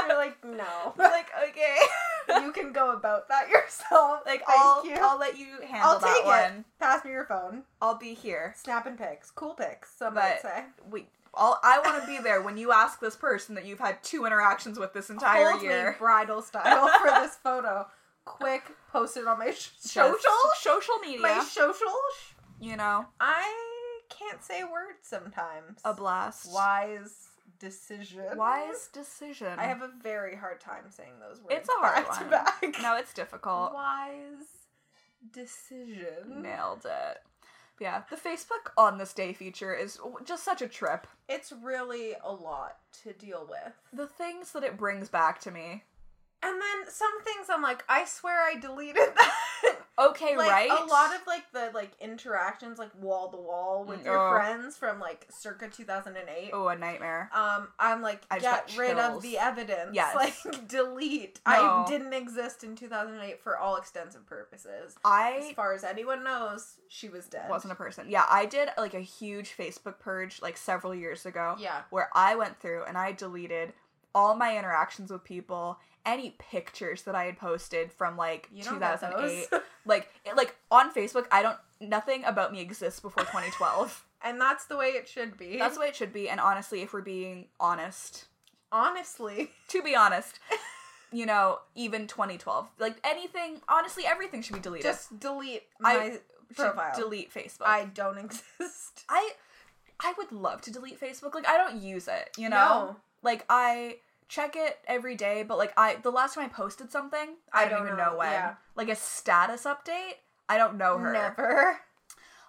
Speaker 2: You're like, no.
Speaker 1: like okay.
Speaker 2: you can go about that yourself.
Speaker 1: Like
Speaker 2: Thank
Speaker 1: I'll
Speaker 2: you.
Speaker 1: I'll let you handle
Speaker 2: I'll
Speaker 1: that
Speaker 2: take
Speaker 1: one.
Speaker 2: it. Pass me your phone.
Speaker 1: I'll be here.
Speaker 2: Snapping pics. Cool pics, some might
Speaker 1: But-
Speaker 2: say.
Speaker 1: We all I want to be there when you ask this person that you've had two interactions with this entire
Speaker 2: Hold me
Speaker 1: year.
Speaker 2: bridal style for this photo. Quick, post it on my sh-
Speaker 1: Social
Speaker 2: chest.
Speaker 1: social media,
Speaker 2: My social. Sh-
Speaker 1: you know,
Speaker 2: I can't say words sometimes.
Speaker 1: a blast.
Speaker 2: wise decision.
Speaker 1: Wise decision.
Speaker 2: I have a very hard time saying those words.
Speaker 1: It's a hard
Speaker 2: back
Speaker 1: one.
Speaker 2: To back.
Speaker 1: No, it's difficult.
Speaker 2: Wise decision.
Speaker 1: Nailed it. But yeah, the Facebook on this day feature is w- just such a trip.
Speaker 2: It's really a lot to deal with.
Speaker 1: The things that it brings back to me.
Speaker 2: And then some things I'm like, I swear I deleted that.
Speaker 1: Okay,
Speaker 2: like
Speaker 1: right?
Speaker 2: a lot of like the like interactions like wall to wall with your
Speaker 1: Oh.
Speaker 2: friends from like circa 2008.
Speaker 1: oh, a nightmare.
Speaker 2: Um, I'm like,
Speaker 1: I just
Speaker 2: get
Speaker 1: got
Speaker 2: rid of
Speaker 1: chills.
Speaker 2: the evidence.
Speaker 1: Yes.
Speaker 2: Like, delete. I
Speaker 1: No.
Speaker 2: didn't exist in 2008 for all extensive purposes. As
Speaker 1: I
Speaker 2: far as anyone knows, she was dead.
Speaker 1: wasn't a person. Yeah, I did like a huge Facebook purge like several years ago
Speaker 2: Yeah.
Speaker 1: where I went through and I deleted all my interactions with people, any pictures that I had posted from like
Speaker 2: You don't know
Speaker 1: 2008.
Speaker 2: those.
Speaker 1: Like it, like on Facebook, I don't nothing about me exists before 2012.
Speaker 2: and that's the way it should be.
Speaker 1: That's the way it should be. And honestly, if we're being honest,
Speaker 2: honestly.
Speaker 1: to be honest, you know, even 2012, like anything, honestly, everything should be deleted.
Speaker 2: Just delete
Speaker 1: I
Speaker 2: my
Speaker 1: Should
Speaker 2: profile.
Speaker 1: delete Facebook.
Speaker 2: I don't exist.
Speaker 1: I, I would love to delete Facebook. Like I don't use it. You know,
Speaker 2: No.
Speaker 1: like I check it every day, but like I, the last time I posted something, I, don't, even know, when.
Speaker 2: yeah.
Speaker 1: Like a status update, I don't know her.
Speaker 2: Never.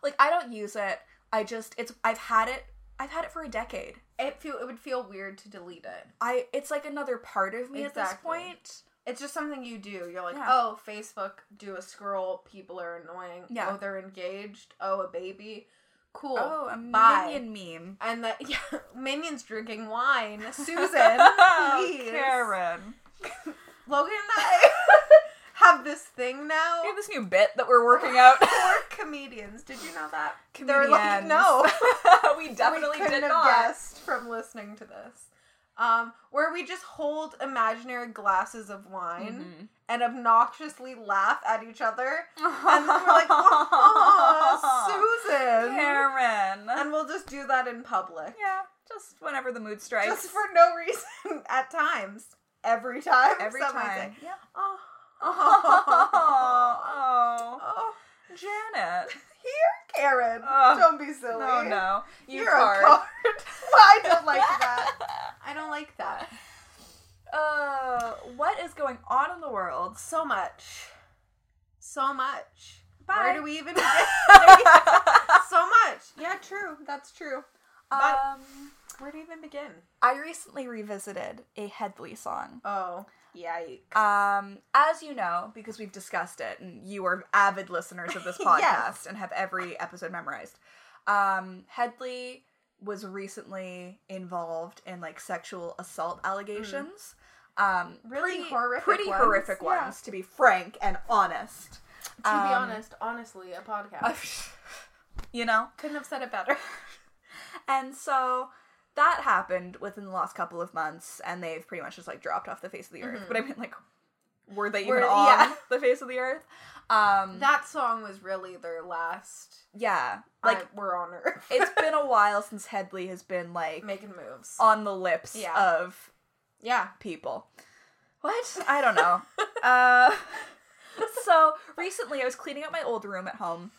Speaker 1: Like I don't use it. I just it's I've had it. I've had it for a decade.
Speaker 2: It feel it would feel weird to delete it.
Speaker 1: I it's like another part of me at this
Speaker 2: Exactly.
Speaker 1: point.
Speaker 2: It's just something you do. You're like,
Speaker 1: Yeah.
Speaker 2: oh, Facebook, do a scroll. People are annoying.
Speaker 1: Yeah.
Speaker 2: Oh, they're engaged. Oh, a baby. Cool.
Speaker 1: Oh, a
Speaker 2: Bye.
Speaker 1: minion meme.
Speaker 2: And the yeah, minions drinking wine. Susan,
Speaker 1: Oh,
Speaker 2: please.
Speaker 1: Karen.
Speaker 2: Logan and I have this thing now.
Speaker 1: We have this new bit that we're working out.
Speaker 2: We're comedians. Did you know that? They're like,
Speaker 1: Comedians.
Speaker 2: no.
Speaker 1: we definitely
Speaker 2: we couldn't
Speaker 1: did
Speaker 2: have
Speaker 1: not.
Speaker 2: guessed from listening to this. Um, where we just hold imaginary glasses of wine
Speaker 1: Mhm.
Speaker 2: and obnoxiously laugh at each other. And then we're like, oh, Susan.
Speaker 1: Karen.
Speaker 2: And we'll just do that in public.
Speaker 1: yeah, just whenever the mood strikes.
Speaker 2: Just for no reason at times. Every time.
Speaker 1: every
Speaker 2: some might
Speaker 1: time.
Speaker 2: say.
Speaker 1: Yeah.
Speaker 2: Oh. Oh.
Speaker 1: Oh, oh,
Speaker 2: Oh.
Speaker 1: Janet.
Speaker 2: Here, Karen.
Speaker 1: Oh.
Speaker 2: Don't be silly.
Speaker 1: No, no, you
Speaker 2: You're
Speaker 1: card.
Speaker 2: a card. I don't like that. I don't like that.
Speaker 1: Uh, what is going on in the world?
Speaker 2: So much. So much.
Speaker 1: Bye.
Speaker 2: Where do we even get so much? Yeah, true. That's true. But
Speaker 1: um,
Speaker 2: where do you even begin?
Speaker 1: I recently revisited a Headley song.
Speaker 2: Oh, yikes.
Speaker 1: Um, as you know, because we've discussed it, and you are avid listeners of this podcast
Speaker 2: Yes.
Speaker 1: and have every episode memorized. Um, Headley was recently involved in like sexual assault allegations. Um,
Speaker 2: Mm. Really
Speaker 1: pretty,
Speaker 2: horrific
Speaker 1: pretty
Speaker 2: ones,
Speaker 1: horrific
Speaker 2: yeah.
Speaker 1: ones, to be frank and honest.
Speaker 2: To be
Speaker 1: Um,
Speaker 2: honest, honestly, a podcast.
Speaker 1: you know,
Speaker 2: Couldn't have said it better.
Speaker 1: And so that happened within the last couple of months, and they've pretty much just like dropped off the face of the earth. But I mean, like, were they even
Speaker 2: Mm-hmm. Were-
Speaker 1: on
Speaker 2: yeah.
Speaker 1: the face of the earth? Um,
Speaker 2: that song was really their last.
Speaker 1: yeah,
Speaker 2: Like
Speaker 1: like
Speaker 2: we're on earth,
Speaker 1: it's been a while since Headley has been like
Speaker 2: making moves.
Speaker 1: on the lips
Speaker 2: Yeah.
Speaker 1: of
Speaker 2: yeah,
Speaker 1: people. What? I don't know. uh, so recently, I was cleaning up my old room at home,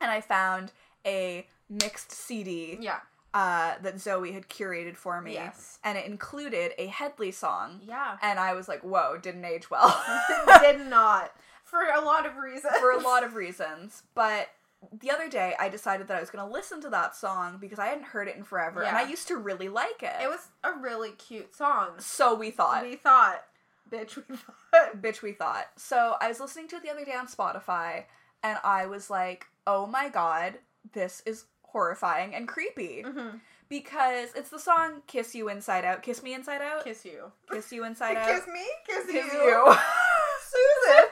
Speaker 1: and I found a mixed CD
Speaker 2: yeah,
Speaker 1: uh, that Zoe had curated for me.
Speaker 2: Yes.
Speaker 1: And it included a Headley song.
Speaker 2: yeah.
Speaker 1: And I was like, whoa, didn't age well.
Speaker 2: Did not for a lot of reasons.
Speaker 1: for a lot of reasons. But the other day, I decided that I was going to listen to that song because I hadn't heard it in forever. And
Speaker 2: Yeah.
Speaker 1: I used to really like it.
Speaker 2: It was a really cute song.
Speaker 1: So we thought.
Speaker 2: We thought, bitch, we thought.
Speaker 1: bitch, we thought. So I was listening to it the other day on Spotify. And I was like, oh my God, this is horrifying and creepy
Speaker 2: Mm-hmm.
Speaker 1: because it's the song Kiss You Inside Out, Kiss Me Inside Out, Kiss,
Speaker 2: Kiss you.
Speaker 1: You Inside Out.
Speaker 2: Kiss me? Kiss,
Speaker 1: Kiss
Speaker 2: you.
Speaker 1: you.
Speaker 2: Susan.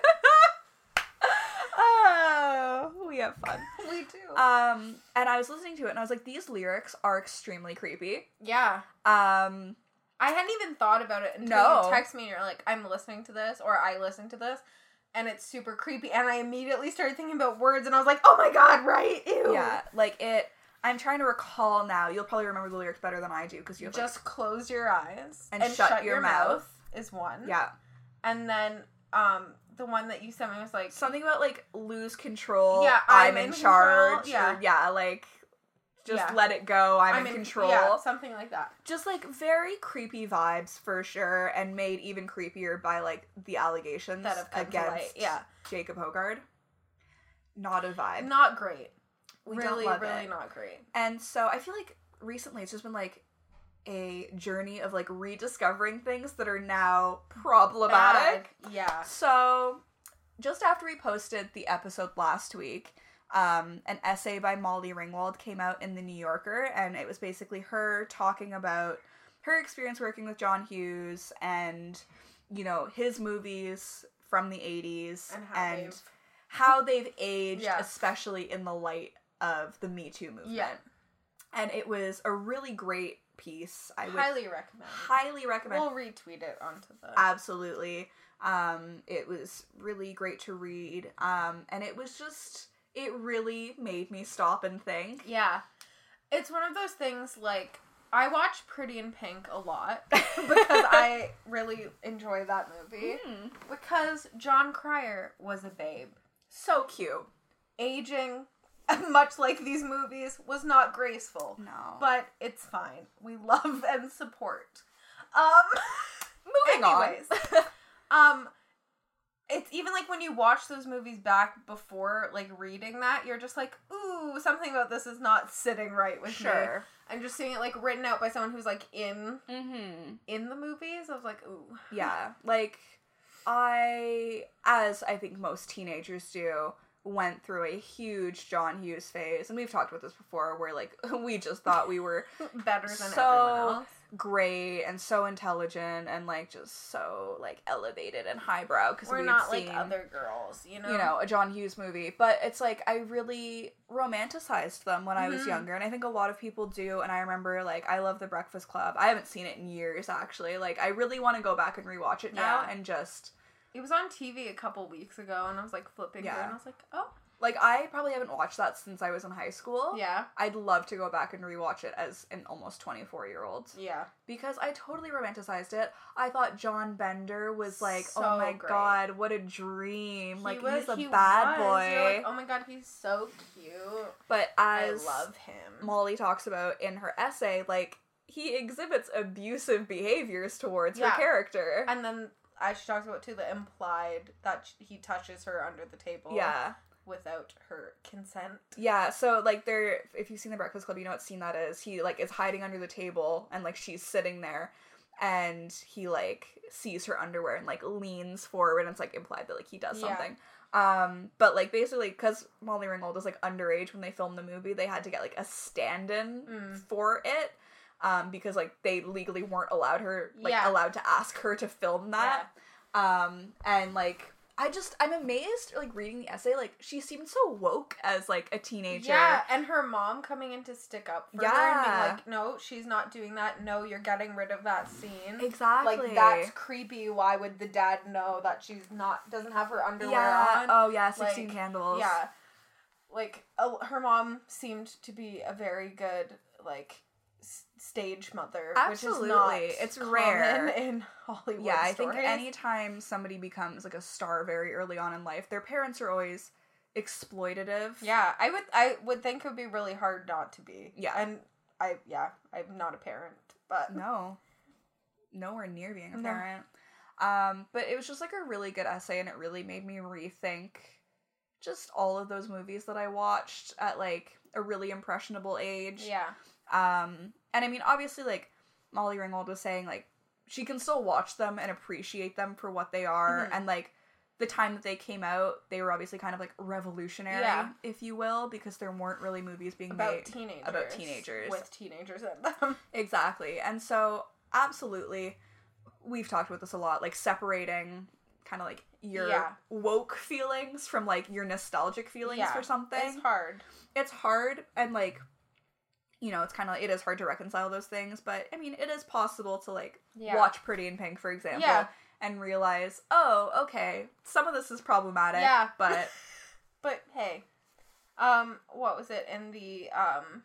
Speaker 1: oh, we have fun.
Speaker 2: we do.
Speaker 1: Um, and I was listening to it and I was like, these lyrics are extremely creepy.
Speaker 2: yeah.
Speaker 1: Um,
Speaker 2: I hadn't even thought about it until
Speaker 1: No.
Speaker 2: you text me and you're like, I'm listening to this or I listen to this and it's super creepy and I immediately started thinking about words and I was like, Oh my god, right? Ew.
Speaker 1: yeah, like it. I'm trying to recall now. You'll probably remember the lyrics better than I do because you have like,
Speaker 2: Just close your eyes
Speaker 1: and, shut, your, mouth.
Speaker 2: is one.
Speaker 1: Yeah,
Speaker 2: And then um the one that you sent me was like
Speaker 1: something about like lose control.
Speaker 2: Yeah,
Speaker 1: I'm,
Speaker 2: I'm
Speaker 1: in,
Speaker 2: in control,
Speaker 1: charge.
Speaker 2: yeah.
Speaker 1: or, yeah, like just
Speaker 2: Yeah.
Speaker 1: let it go. I'm, in, control.
Speaker 2: Yeah, something like that.
Speaker 1: just like very creepy vibes for sure, and made even creepier by like the allegations
Speaker 2: That have come to
Speaker 1: against
Speaker 2: light, yeah.
Speaker 1: Jacob Hogard. Not a vibe.
Speaker 2: Not great.
Speaker 1: we
Speaker 2: really,
Speaker 1: don't love
Speaker 2: really
Speaker 1: it.
Speaker 2: not great.
Speaker 1: And so I feel like recently it's just been like a journey of like rediscovering things that are now problematic.
Speaker 2: Bad. Yeah.
Speaker 1: So just after we posted the episode last week, um, an essay by Molly Ringwald came out in the New Yorker, and it was basically her talking about her experience working with John Hughes and you know his movies from the 80s
Speaker 2: And how
Speaker 1: and
Speaker 2: they've-
Speaker 1: how they've aged
Speaker 2: Yeah.
Speaker 1: especially in the light of the me too movement
Speaker 2: Yeah.
Speaker 1: and it was a really great piece. I would highly,
Speaker 2: highly recommend.
Speaker 1: recommend.
Speaker 2: We'll retweet it onto the
Speaker 1: Absolutely, um, it was really great to read, um, and it was just it really made me stop and think.
Speaker 2: Yeah. It's one of those things like I watch Pretty in Pink a lot because
Speaker 1: because
Speaker 2: I really enjoy that movie.
Speaker 1: Mm. Hmm.
Speaker 2: Because John Cryer was a babe.
Speaker 1: so cute.
Speaker 2: Aging, much like these movies, was not graceful.
Speaker 1: No, but
Speaker 2: But it's fine. We love and support. Um
Speaker 1: moving
Speaker 2: Anyways, um, it's even like when you watch those movies back before, like reading that, you're just like, ooh, something about this is not sitting right
Speaker 1: on,
Speaker 2: with me.
Speaker 1: sure.
Speaker 2: And just seeing it like written out by someone who's like in
Speaker 1: Mm-hmm.
Speaker 2: in the movies, I was like, ooh,
Speaker 1: Yeah, like I, as I think most teenagers do, went through a huge John Hughes phase, and we've talked about this before, where like we just thought we were
Speaker 2: better than
Speaker 1: So-
Speaker 2: everyone else.
Speaker 1: great and so intelligent and like just so like elevated and highbrow because
Speaker 2: We're not like other girls, you know.
Speaker 1: you know a John Hughes movie but it's like I really romanticized them when I was
Speaker 2: Mhm.
Speaker 1: younger and I think a lot of people do and I remember like I love The Breakfast Club I haven't seen it in years actually like I really want to go back and rewatch it now
Speaker 2: Yeah.
Speaker 1: and just
Speaker 2: it was on TV a couple weeks ago, and I was like flipping
Speaker 1: Yeah.
Speaker 2: through, and I was like, oh,
Speaker 1: like I probably haven't watched that since I was in high school
Speaker 2: yeah,
Speaker 1: I'd love to go back and rewatch it as an almost 24 year old
Speaker 2: yeah,
Speaker 1: because I totally romanticized it. I thought John Bender was like,
Speaker 2: So
Speaker 1: oh my
Speaker 2: great.
Speaker 1: god, what a dream! like
Speaker 2: He wa-
Speaker 1: he's a
Speaker 2: he
Speaker 1: bad
Speaker 2: was. You're
Speaker 1: boy.
Speaker 2: like, oh my god, he's so cute.
Speaker 1: but
Speaker 2: I
Speaker 1: as
Speaker 2: love him.
Speaker 1: Molly talks about in her essay, like he exhibits abusive behaviors towards
Speaker 2: Yeah.
Speaker 1: her character.
Speaker 2: And then I she talks about too the implied that sh- he touches her under the table.
Speaker 1: yeah,
Speaker 2: Without her consent.
Speaker 1: yeah. So like, there. If you've seen The Breakfast Club, you know what scene that is. He like is hiding under the table, and like she's sitting there, and he like sees her underwear and like leans forward, and it's like implied that like he does
Speaker 2: Yeah.
Speaker 1: something. Um, but like basically, because Molly Ringwald is like underage when they filmed the movie, they had to get like a stand-in
Speaker 2: Mm.
Speaker 1: for it, um, because like they legally weren't allowed her like
Speaker 2: Yeah.
Speaker 1: allowed to ask her to film that. Um, and like I just I'm amazed like reading the essay like she seemed so woke as like a teenager.
Speaker 2: Yeah, and her mom coming in to stick up for her and
Speaker 1: Yeah.
Speaker 2: being like, "No, she's not doing that. No, you're getting rid of that scene."
Speaker 1: exactly.
Speaker 2: Like that's creepy. Why would the dad know that she's not doesn't have her underwear
Speaker 1: yeah.
Speaker 2: on?
Speaker 1: Oh yeah, sixteen
Speaker 2: Like,
Speaker 1: candles.
Speaker 2: Yeah. Like a, her mom seemed to be a very good like s- stage mother,
Speaker 1: Absolutely.
Speaker 2: which is not
Speaker 1: It's
Speaker 2: common
Speaker 1: rare.
Speaker 2: in Hollywood.
Speaker 1: Yeah, I
Speaker 2: stories.
Speaker 1: think anytime somebody becomes like a star very early on in life, their parents are always exploitative.
Speaker 2: Yeah, I would I would think it would be really hard not to be.
Speaker 1: Yeah.
Speaker 2: And I yeah, I'm not a parent, but
Speaker 1: No. Nowhere near being a
Speaker 2: No.
Speaker 1: parent. Um, but it was just like a really good essay and it really made me rethink just all of those movies that I watched at like a really impressionable age.
Speaker 2: yeah.
Speaker 1: Um, and I mean, obviously, like Molly Ringwald was saying, like she can still watch them and appreciate them for what they are,
Speaker 2: Mhm.
Speaker 1: and like the time that they came out, they were obviously kind of like revolutionary,
Speaker 2: Yeah.
Speaker 1: if you will, because there weren't really movies being
Speaker 2: about
Speaker 1: made
Speaker 2: teenagers.
Speaker 1: about teenagers.
Speaker 2: With teenagers in them.
Speaker 1: Exactly. And so, absolutely, we've talked about this a lot like separating kind of like your
Speaker 2: Yeah.
Speaker 1: woke feelings from like your nostalgic feelings
Speaker 2: Yeah,
Speaker 1: for something.
Speaker 2: It's hard.
Speaker 1: It's hard and like, you know, it's kind of, it is hard to reconcile those things, but I mean, it is possible to like
Speaker 2: Yeah.
Speaker 1: watch Pretty in Pink, for example,
Speaker 2: Yeah.
Speaker 1: and realize, oh, okay, some of this is problematic,
Speaker 2: Yeah.
Speaker 1: but
Speaker 2: But hey, um, what was it in the um?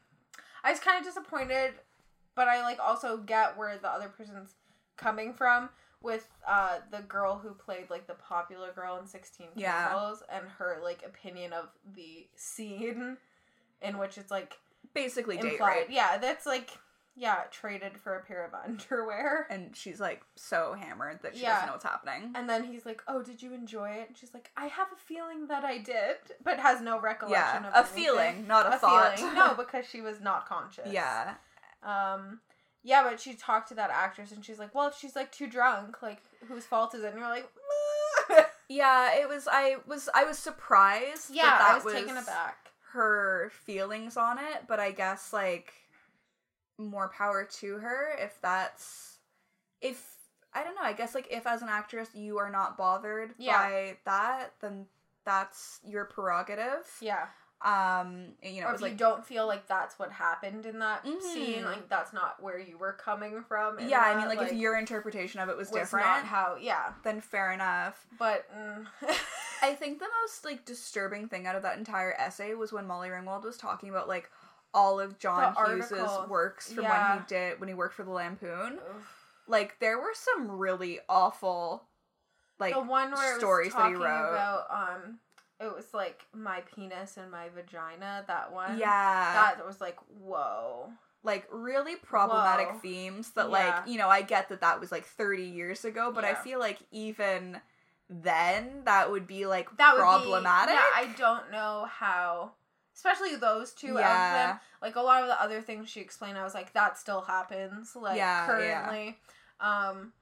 Speaker 2: I was kind of disappointed, but I like also get where the other person's coming from with uh the girl who played like the popular girl in Sixteen
Speaker 1: Yeah.
Speaker 2: Candles and her like opinion of the scene in which it's like
Speaker 1: basically date
Speaker 2: implied.
Speaker 1: rape.
Speaker 2: Yeah, that's like yeah traded for a pair of underwear.
Speaker 1: And she's like so hammered that she
Speaker 2: Yeah.
Speaker 1: doesn't know what's happening.
Speaker 2: And then he's like, "Oh, did you enjoy it?" And she's like, "I have a feeling that I did, but has no recollection
Speaker 1: yeah,
Speaker 2: of
Speaker 1: a
Speaker 2: anything.
Speaker 1: feeling, not a,
Speaker 2: a
Speaker 1: thought.
Speaker 2: feeling. No, because she was not conscious.
Speaker 1: yeah,
Speaker 2: Um. Yeah, but she talked to that actress, and she's like, "Well, if she's like too drunk, like whose fault is it?" And you're like,
Speaker 1: Yeah, it was. I was. I was surprised.
Speaker 2: "Yeah,
Speaker 1: that, that
Speaker 2: I was, taken aback."
Speaker 1: Her feelings on it, but I guess like more power to her if that's if I don't know. I guess like if as an actress you are not bothered
Speaker 2: Yeah.
Speaker 1: by that, then that's your prerogative.
Speaker 2: Yeah,
Speaker 1: Um, you know,
Speaker 2: or
Speaker 1: it was
Speaker 2: if you
Speaker 1: like
Speaker 2: don't feel like that's what happened in that
Speaker 1: Mhm.
Speaker 2: scene, like that's not where you were coming from. in
Speaker 1: yeah. I
Speaker 2: that,
Speaker 1: mean, like, if your interpretation of it was,
Speaker 2: was
Speaker 1: different,
Speaker 2: not how. Yeah,
Speaker 1: then fair enough.
Speaker 2: but mm,
Speaker 1: I think the most like disturbing thing out of that entire essay was when Molly Ringwald was talking about like all of John
Speaker 2: The
Speaker 1: Hughes's
Speaker 2: article.
Speaker 1: works from when
Speaker 2: Yeah.
Speaker 1: he did when he worked for the Lampoon.
Speaker 2: Oof.
Speaker 1: Like there were some really awful like
Speaker 2: the one where it
Speaker 1: stories
Speaker 2: was
Speaker 1: that he
Speaker 2: talking
Speaker 1: wrote.
Speaker 2: about um, it was like my penis and my vagina. That one.
Speaker 1: yeah,
Speaker 2: that was like whoa.
Speaker 1: like really problematic
Speaker 2: Whoa.
Speaker 1: themes that
Speaker 2: Yeah.
Speaker 1: like, you know, I get that that was like 30 years ago, but I
Speaker 2: Yeah.
Speaker 1: feel like even then that would be like
Speaker 2: that would
Speaker 1: problematic.
Speaker 2: Be, yeah, I don't know how. Especially those two of
Speaker 1: Yeah.
Speaker 2: them. Like a lot of the other things she explained, I was like, that still happens. Like
Speaker 1: Yeah, yeah.
Speaker 2: currently, um,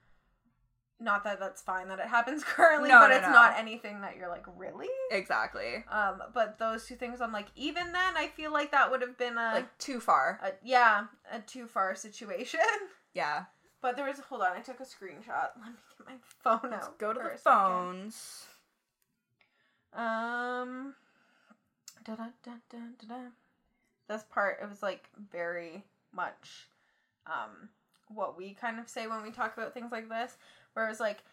Speaker 2: not that that's fine that it happens currently,
Speaker 1: No,
Speaker 2: but
Speaker 1: no,
Speaker 2: it's
Speaker 1: no.
Speaker 2: not anything that you're like really.
Speaker 1: exactly.
Speaker 2: Um, but those two things, I'm like, even then, I feel like that would have been a,
Speaker 1: Like too far.
Speaker 2: a yeah, a too far situation.
Speaker 1: Yeah.
Speaker 2: But there was hold on, I took a screenshot. Let me get my phone
Speaker 1: Let's
Speaker 2: out.
Speaker 1: go to
Speaker 2: for
Speaker 1: the
Speaker 2: a second.
Speaker 1: phones.
Speaker 2: Um. Da da da da da da. This part it was like very much, um, what we kind of say when we talk about things like this, where it was like.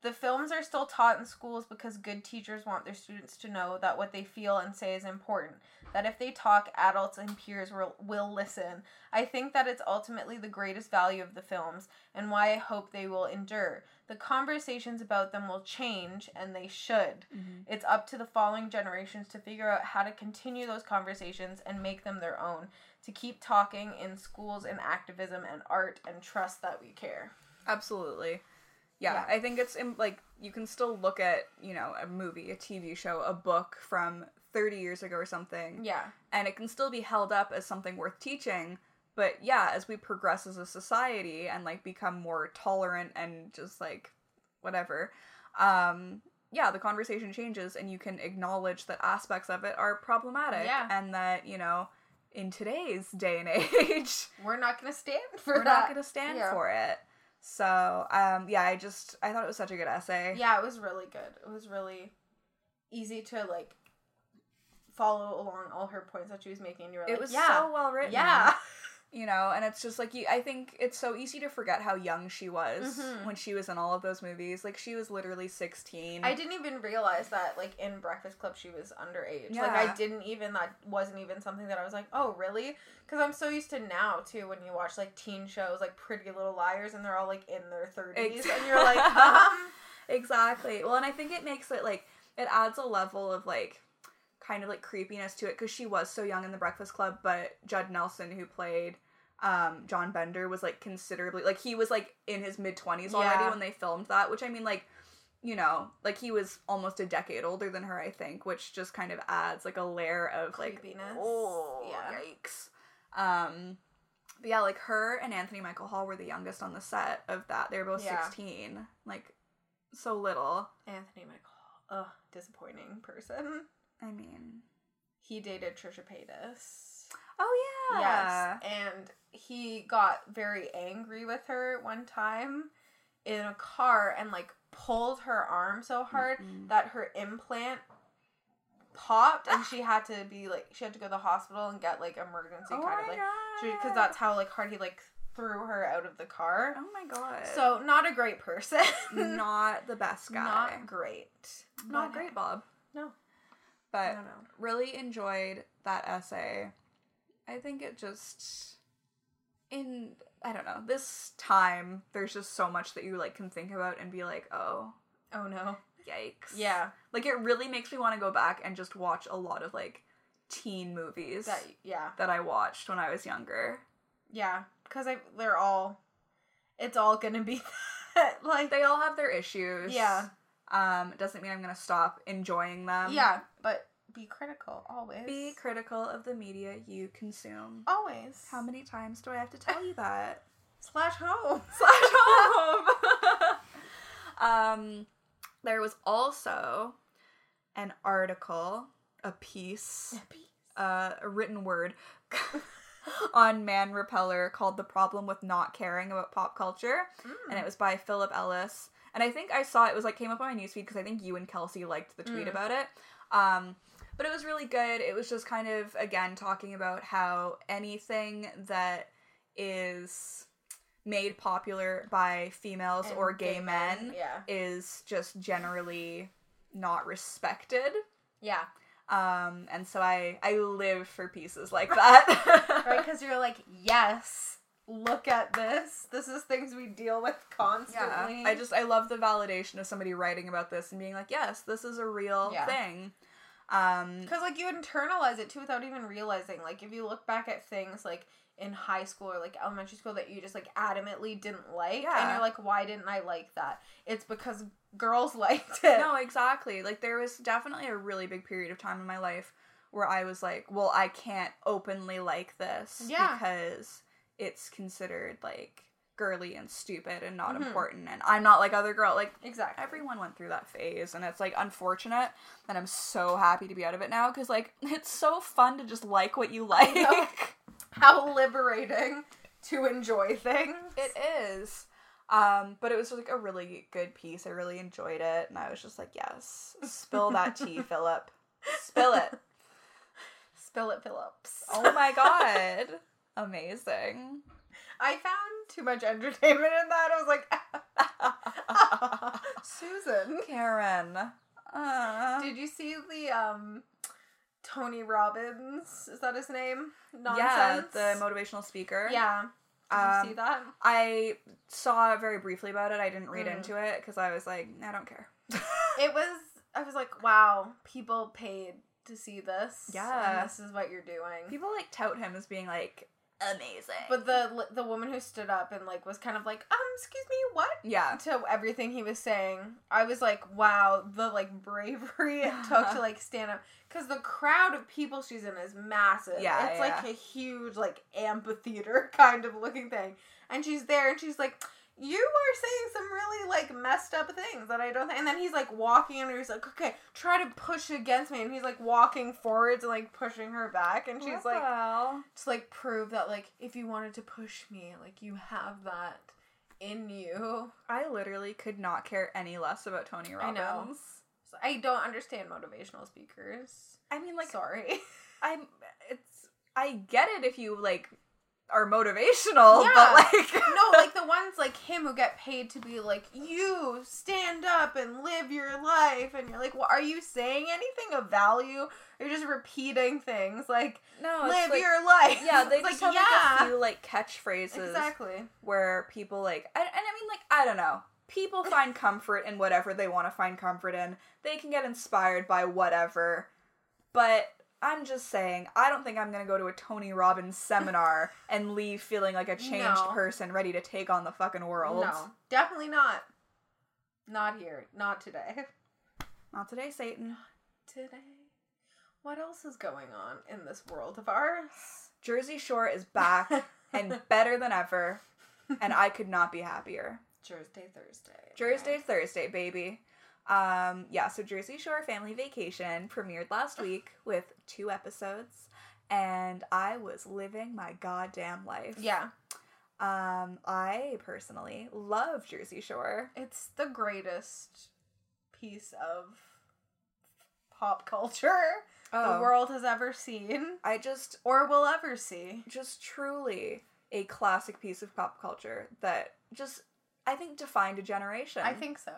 Speaker 2: The films are still taught in schools because good teachers want their students to know that what they feel and say is important. That if they talk, adults and peers will, will listen. I think that it's ultimately the greatest value of the films and why I hope they will endure. The conversations about them will change, and they should. It's up to the following generations to figure out how to continue those conversations and make them their own, to keep talking in schools and activism and art and trust that we care.
Speaker 1: Absolutely. Yeah, I think it's im like you can still look at, you know, a movie, a TV show, a book from 30 years ago or something,
Speaker 2: Yeah.
Speaker 1: and it can still be held up as something worth teaching. But yeah, as we progress as a society and like become more tolerant and just like whatever, um, yeah, the conversation changes and you can acknowledge that aspects of it are problematic
Speaker 2: Yeah.
Speaker 1: and that, you know, in today's day and age,
Speaker 2: We're not going to stand for
Speaker 1: we're
Speaker 2: that.
Speaker 1: not going to stand
Speaker 2: Yeah.
Speaker 1: for it. So, um, yeah, I just I thought it was such a good essay.
Speaker 2: Yeah, it was really good. It was really easy to like follow along all her points that she was making. You were
Speaker 1: It
Speaker 2: like,
Speaker 1: was
Speaker 2: yeah,
Speaker 1: so well written.
Speaker 2: yeah,
Speaker 1: You know, and it's just like you I think it's so easy to forget how young she was
Speaker 2: Mhm.
Speaker 1: when she was in all of those movies. Like she was literally 16.
Speaker 2: I didn't even realize that like in Breakfast Club she was underage. Like
Speaker 1: Yeah.
Speaker 2: I didn't even that wasn't even something that I was like, "Oh, really?" Cuz I'm so used to now too when you watch like teen shows like Pretty Little Liars and they're all like in their 30s and you're like, "Um,
Speaker 1: Exactly. Well, and I think it makes it like it adds a level of like kind of like creepiness to it because she was so young in the Breakfast Club, but Judd Nelson, who played um, John Bender, was like considerably like he was like in his mid twenties already
Speaker 2: Yeah.
Speaker 1: when they filmed that. Which I mean, like you know, like he was almost a decade older than her, I think, which just kind of adds like a layer of like
Speaker 2: Creepiness.
Speaker 1: oh
Speaker 2: Yeah.
Speaker 1: yikes. Um, but yeah, like her and Anthony Michael Hall were the youngest on the set of that. They were both
Speaker 2: Yeah.
Speaker 1: sixteen. Like so little.
Speaker 2: Anthony Michael." Hall. Ugh, disappointing person.
Speaker 1: I mean,
Speaker 2: He dated Trisha Paytas.
Speaker 1: oh yeah,
Speaker 2: Yes. And he got very angry with her one time in a car and like pulled her arm so hard
Speaker 1: Mm-mm.
Speaker 2: that her implant popped and she had to be like she had to go to the hospital and get like emergency
Speaker 1: oh
Speaker 2: kind of
Speaker 1: my
Speaker 2: like
Speaker 1: god,
Speaker 2: because that's how like hard he like threw her out of the car.
Speaker 1: oh my god.
Speaker 2: So not a great person.
Speaker 1: not the best guy.
Speaker 2: Not great.
Speaker 1: Not
Speaker 2: But-
Speaker 1: great, Bob.
Speaker 2: No.
Speaker 1: But
Speaker 2: No, no.
Speaker 1: really enjoyed that essay. I think it just in I don't know, this time there's just so much that you like can think about and be like, "Oh,
Speaker 2: Oh no.
Speaker 1: yikes."
Speaker 2: Yeah.
Speaker 1: Like it really makes me want to go back and just watch a lot of like teen movies
Speaker 2: That
Speaker 1: that,
Speaker 2: yeah.
Speaker 1: I watched when I was younger.
Speaker 2: Yeah, because I they're all, it's all gonna be that, like
Speaker 1: They all have their issues.
Speaker 2: Yeah.
Speaker 1: Um doesn't mean I'm going to stop enjoying them.
Speaker 2: yeah, but be critical always.
Speaker 1: um, Be critical of the media you consume.
Speaker 2: Oh, always.
Speaker 1: How many times do I have to tell you that?
Speaker 2: slash home?
Speaker 1: slash home. um, there was also an article, a piece, uh, a written word on Man Repeller called "The Problem with Not Caring About Pop Culture,"
Speaker 2: Mm.
Speaker 1: and it was by Philip Ellis. And I think I saw it was like came up on my newsfeed because I think you and Kelsey liked the tweet
Speaker 2: Mm.
Speaker 1: about it. Um, but it was really good. It was just kind of again talking about how anything that is made popular by females
Speaker 2: And
Speaker 1: or gay, men,
Speaker 2: Yeah,
Speaker 1: is just generally not respected.
Speaker 2: yeah,
Speaker 1: Um, and so I I live for pieces like that.
Speaker 2: right. Because you're like, yes, look at this. This is things we deal with constantly.
Speaker 1: Yeah, I just I love the validation of somebody writing about this and being like, yes, this is a real
Speaker 2: Yeah.
Speaker 1: thing. Um,
Speaker 2: Because, like, you internalize it too without even realizing. Like, if you look back at things, like, in high school or, like, elementary school that you just, like, adamantly didn't like, and
Speaker 1: Yeah.
Speaker 2: you're like, why didn't I like that? It's because girls liked it.
Speaker 1: no, exactly. Like there was definitely a really big period of time in my life where I was like, well, I can't openly like this
Speaker 2: Yeah.
Speaker 1: because it's considered like girly and stupid and not
Speaker 2: Mhm.
Speaker 1: important and I'm not like other girl like
Speaker 2: Exactly.
Speaker 1: everyone went through that phase and it's like unfortunate and i'm so happy to be out of it now because like it's so fun to just like what you like
Speaker 2: know. How liberating to enjoy things.
Speaker 1: it is um but it was like a really good piece i really enjoyed it and i was just like yes spill that tea philip spill it
Speaker 2: Spill it, Phillips.
Speaker 1: oh my god amazing
Speaker 2: I found too much entertainment in that. I was like, Susan.
Speaker 1: karen uh,
Speaker 2: Did you see the, um, Tony Robbins? Is that his name?
Speaker 1: yeah
Speaker 2: Nonsense.
Speaker 1: the motivational speaker
Speaker 2: Yeah. Did you see
Speaker 1: Um,
Speaker 2: that?
Speaker 1: i saw very briefly about it i didn't read
Speaker 2: Mm.
Speaker 1: into it because i was like i don't care
Speaker 2: It was. I was like, wow, people paid to see this.
Speaker 1: Yeah.
Speaker 2: and this is what you're doing.
Speaker 1: People like tout him as being like amazing.
Speaker 2: but the the woman who stood up and like was kind of like, um, excuse me, what?
Speaker 1: yeah,
Speaker 2: To everything he was saying, I was like, wow, the like bravery it took to like stand up because the crowd of people she's in is massive.
Speaker 1: Yeah,
Speaker 2: it's
Speaker 1: yeah.
Speaker 2: like a huge like amphitheater kind of looking thing, and she's there and she's like. You are saying some really like messed up things that I don't think. And then he's like walking and he's like, okay, try to push against me. And he's like walking forwards and like pushing her back. And she's like, to like prove that like if you wanted to push me, like you have that in you.
Speaker 1: I literally could not care any less about Tony
Speaker 2: I
Speaker 1: Robbins.
Speaker 2: know. So I don't understand motivational speakers.
Speaker 1: I mean, like,
Speaker 2: Sorry.
Speaker 1: I'm. It's. I get it if you like are motivational,
Speaker 2: Yeah.
Speaker 1: but like,
Speaker 2: no, like the ones like him who get paid to be like, you stand up and live your life, and you're like, well, are you saying anything of value? You're just repeating things like
Speaker 1: no, it's,
Speaker 2: live
Speaker 1: like-
Speaker 2: your life.
Speaker 1: Yeah, they
Speaker 2: It's
Speaker 1: just have
Speaker 2: like
Speaker 1: like a
Speaker 2: yeah,
Speaker 1: few like catchphrases
Speaker 2: exactly.
Speaker 1: where people like, I, and I mean, like, I don't know. People find comfort in whatever they want to find comfort in. They can get inspired by whatever. But I'm just saying, I don't think I'm going to go to a Tony Robbins seminar and leave feeling like a changed
Speaker 2: No.
Speaker 1: person ready to take on the fucking world.
Speaker 2: No, definitely not. Not here. Not today.
Speaker 1: Not today, Satan.
Speaker 2: today. What else is going on in this world of ours?
Speaker 1: Jersey Shore is back and better than ever, and I could not be happier.
Speaker 2: Thursday, Thursday.
Speaker 1: Thursday, Thursday, baby. Um, yeah, so Jersey Shore Family Vacation premiered last week with two episodes, and I was living my goddamn life.
Speaker 2: Yeah.
Speaker 1: Um, I personally love Jersey Shore.
Speaker 2: It's the greatest piece of pop culture the world has ever seen
Speaker 1: I just,
Speaker 2: or will ever see.
Speaker 1: just truly a classic piece of pop culture that just, I think, defined a generation.
Speaker 2: I think so.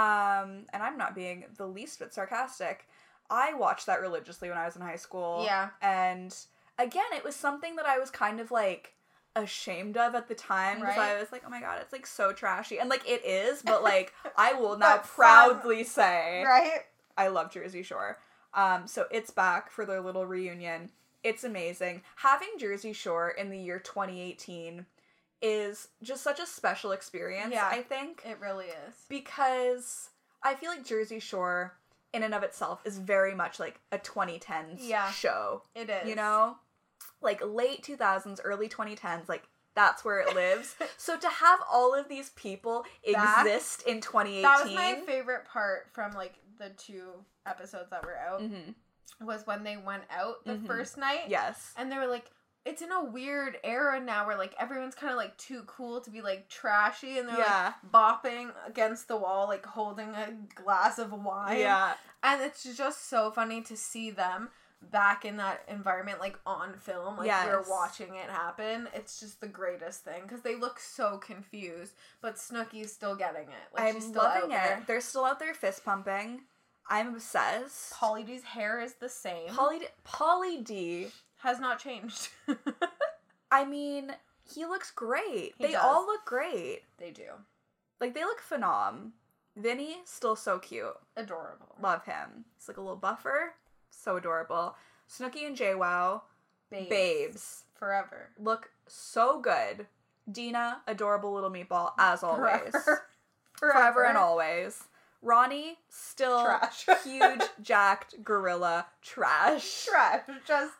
Speaker 1: um, and I'm not being the least bit sarcastic. I watched that religiously when I was in high school.
Speaker 2: Yeah.
Speaker 1: And again, it was something that I was kind of like ashamed of at the time because
Speaker 2: Right.
Speaker 1: I was like, oh my god, it's like so trashy. And like it is, but like I will now
Speaker 2: But fun.
Speaker 1: proudly say
Speaker 2: Right?
Speaker 1: I love Jersey Shore. Um, so it's back for their little reunion. It's amazing. Having Jersey Shore in the year 2018 is just such a special experience,
Speaker 2: Yeah.
Speaker 1: I think
Speaker 2: It really is.
Speaker 1: because I feel like Jersey Shore, in and of itself, is very much like a 2010s
Speaker 2: Yeah.
Speaker 1: show.
Speaker 2: It is.
Speaker 1: You know, like late 2000s, early 2010s, like that's where it lives. so to have all of these people
Speaker 2: Back.
Speaker 1: exist in 2018,
Speaker 2: That was my favorite part from like the two episodes that were out
Speaker 1: Mhm.
Speaker 2: was when they went out the
Speaker 1: Mhm.
Speaker 2: first night.
Speaker 1: yes,
Speaker 2: And they were like, it's in a weird era now where like everyone's kind of like too cool to be like trashy and they're
Speaker 1: Yeah.
Speaker 2: like bopping against the wall, like holding a glass of wine.
Speaker 1: yeah,
Speaker 2: And it's just so funny to see them back in that environment, like on film, like we're
Speaker 1: Yes.
Speaker 2: watching it happen. It's just the greatest thing because they look so confused, but Snooki's still getting it. Like,
Speaker 1: I'm
Speaker 2: she's still
Speaker 1: loving it.
Speaker 2: out there.
Speaker 1: They're still out there fist pumping. I'm obsessed.
Speaker 2: Polly D's hair is the same.
Speaker 1: Polly, D- Polly D.
Speaker 2: has not changed.
Speaker 1: I mean, he looks great.
Speaker 2: He
Speaker 1: they
Speaker 2: does.
Speaker 1: all look great.
Speaker 2: they do.
Speaker 1: Like they look phenom. Vinny still so cute.
Speaker 2: Adorable.
Speaker 1: Love him. He's like a little buffer. So adorable. Snooki and JWoww,
Speaker 2: Babes.
Speaker 1: babes,
Speaker 2: Forever.
Speaker 1: look so good. Dina, adorable little meatball as always.
Speaker 2: Forever.
Speaker 1: Forever and always. Ronnie, still
Speaker 2: Trash.
Speaker 1: huge jacked gorilla trash.
Speaker 2: Trash. Just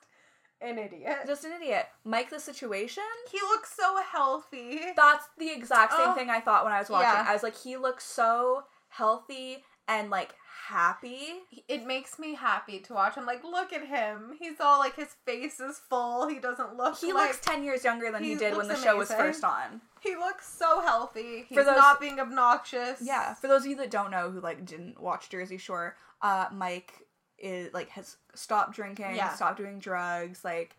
Speaker 2: an idiot.
Speaker 1: Just an idiot. Mike the situation.
Speaker 2: He looks so healthy.
Speaker 1: That's the exact same
Speaker 2: Oh.
Speaker 1: thing I thought when I was watching.
Speaker 2: Yeah.
Speaker 1: I was like, he looks so healthy and like happy.
Speaker 2: it makes me happy to watch him. Like, look at him. He's all like his face is full. He doesn't look.
Speaker 1: He
Speaker 2: like,
Speaker 1: looks 10 years younger than he,
Speaker 2: he
Speaker 1: did when the
Speaker 2: looks
Speaker 1: show was
Speaker 2: amazing.
Speaker 1: first on.
Speaker 2: He looks so healthy. He's
Speaker 1: For those-
Speaker 2: not being obnoxious.
Speaker 1: Yeah, for those of you that don't know who like didn't watch Jersey Shore, uh Mike is like has stopped drinking,
Speaker 2: Yeah.
Speaker 1: stopped doing drugs, like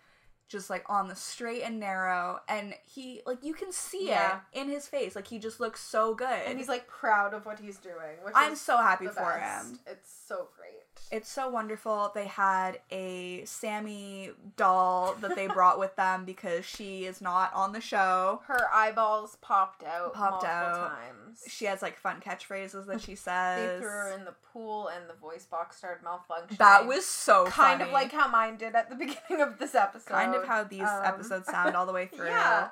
Speaker 1: just like on the straight and narrow and he like you can see
Speaker 2: Yeah.
Speaker 1: it in his face. Like he just looks so good.
Speaker 2: and he's like proud of what he's doing. Which
Speaker 1: I'm
Speaker 2: is
Speaker 1: so happy
Speaker 2: the
Speaker 1: for
Speaker 2: best.
Speaker 1: him.
Speaker 2: It's so great.
Speaker 1: It's so wonderful. They had a Sammy doll that they brought with them because she is not on the show.
Speaker 2: Her eyeballs popped out
Speaker 1: Popped
Speaker 2: multiple
Speaker 1: out.
Speaker 2: times.
Speaker 1: She has like fun catchphrases that she
Speaker 2: they
Speaker 1: says.
Speaker 2: threw her in the pool, and the voice box started malfunctioning.
Speaker 1: That was so
Speaker 2: kind of
Speaker 1: funny.
Speaker 2: like how mine did at the beginning of this episode.
Speaker 1: kind of how these
Speaker 2: Um,
Speaker 1: episodes sound all the way through.
Speaker 2: yeah.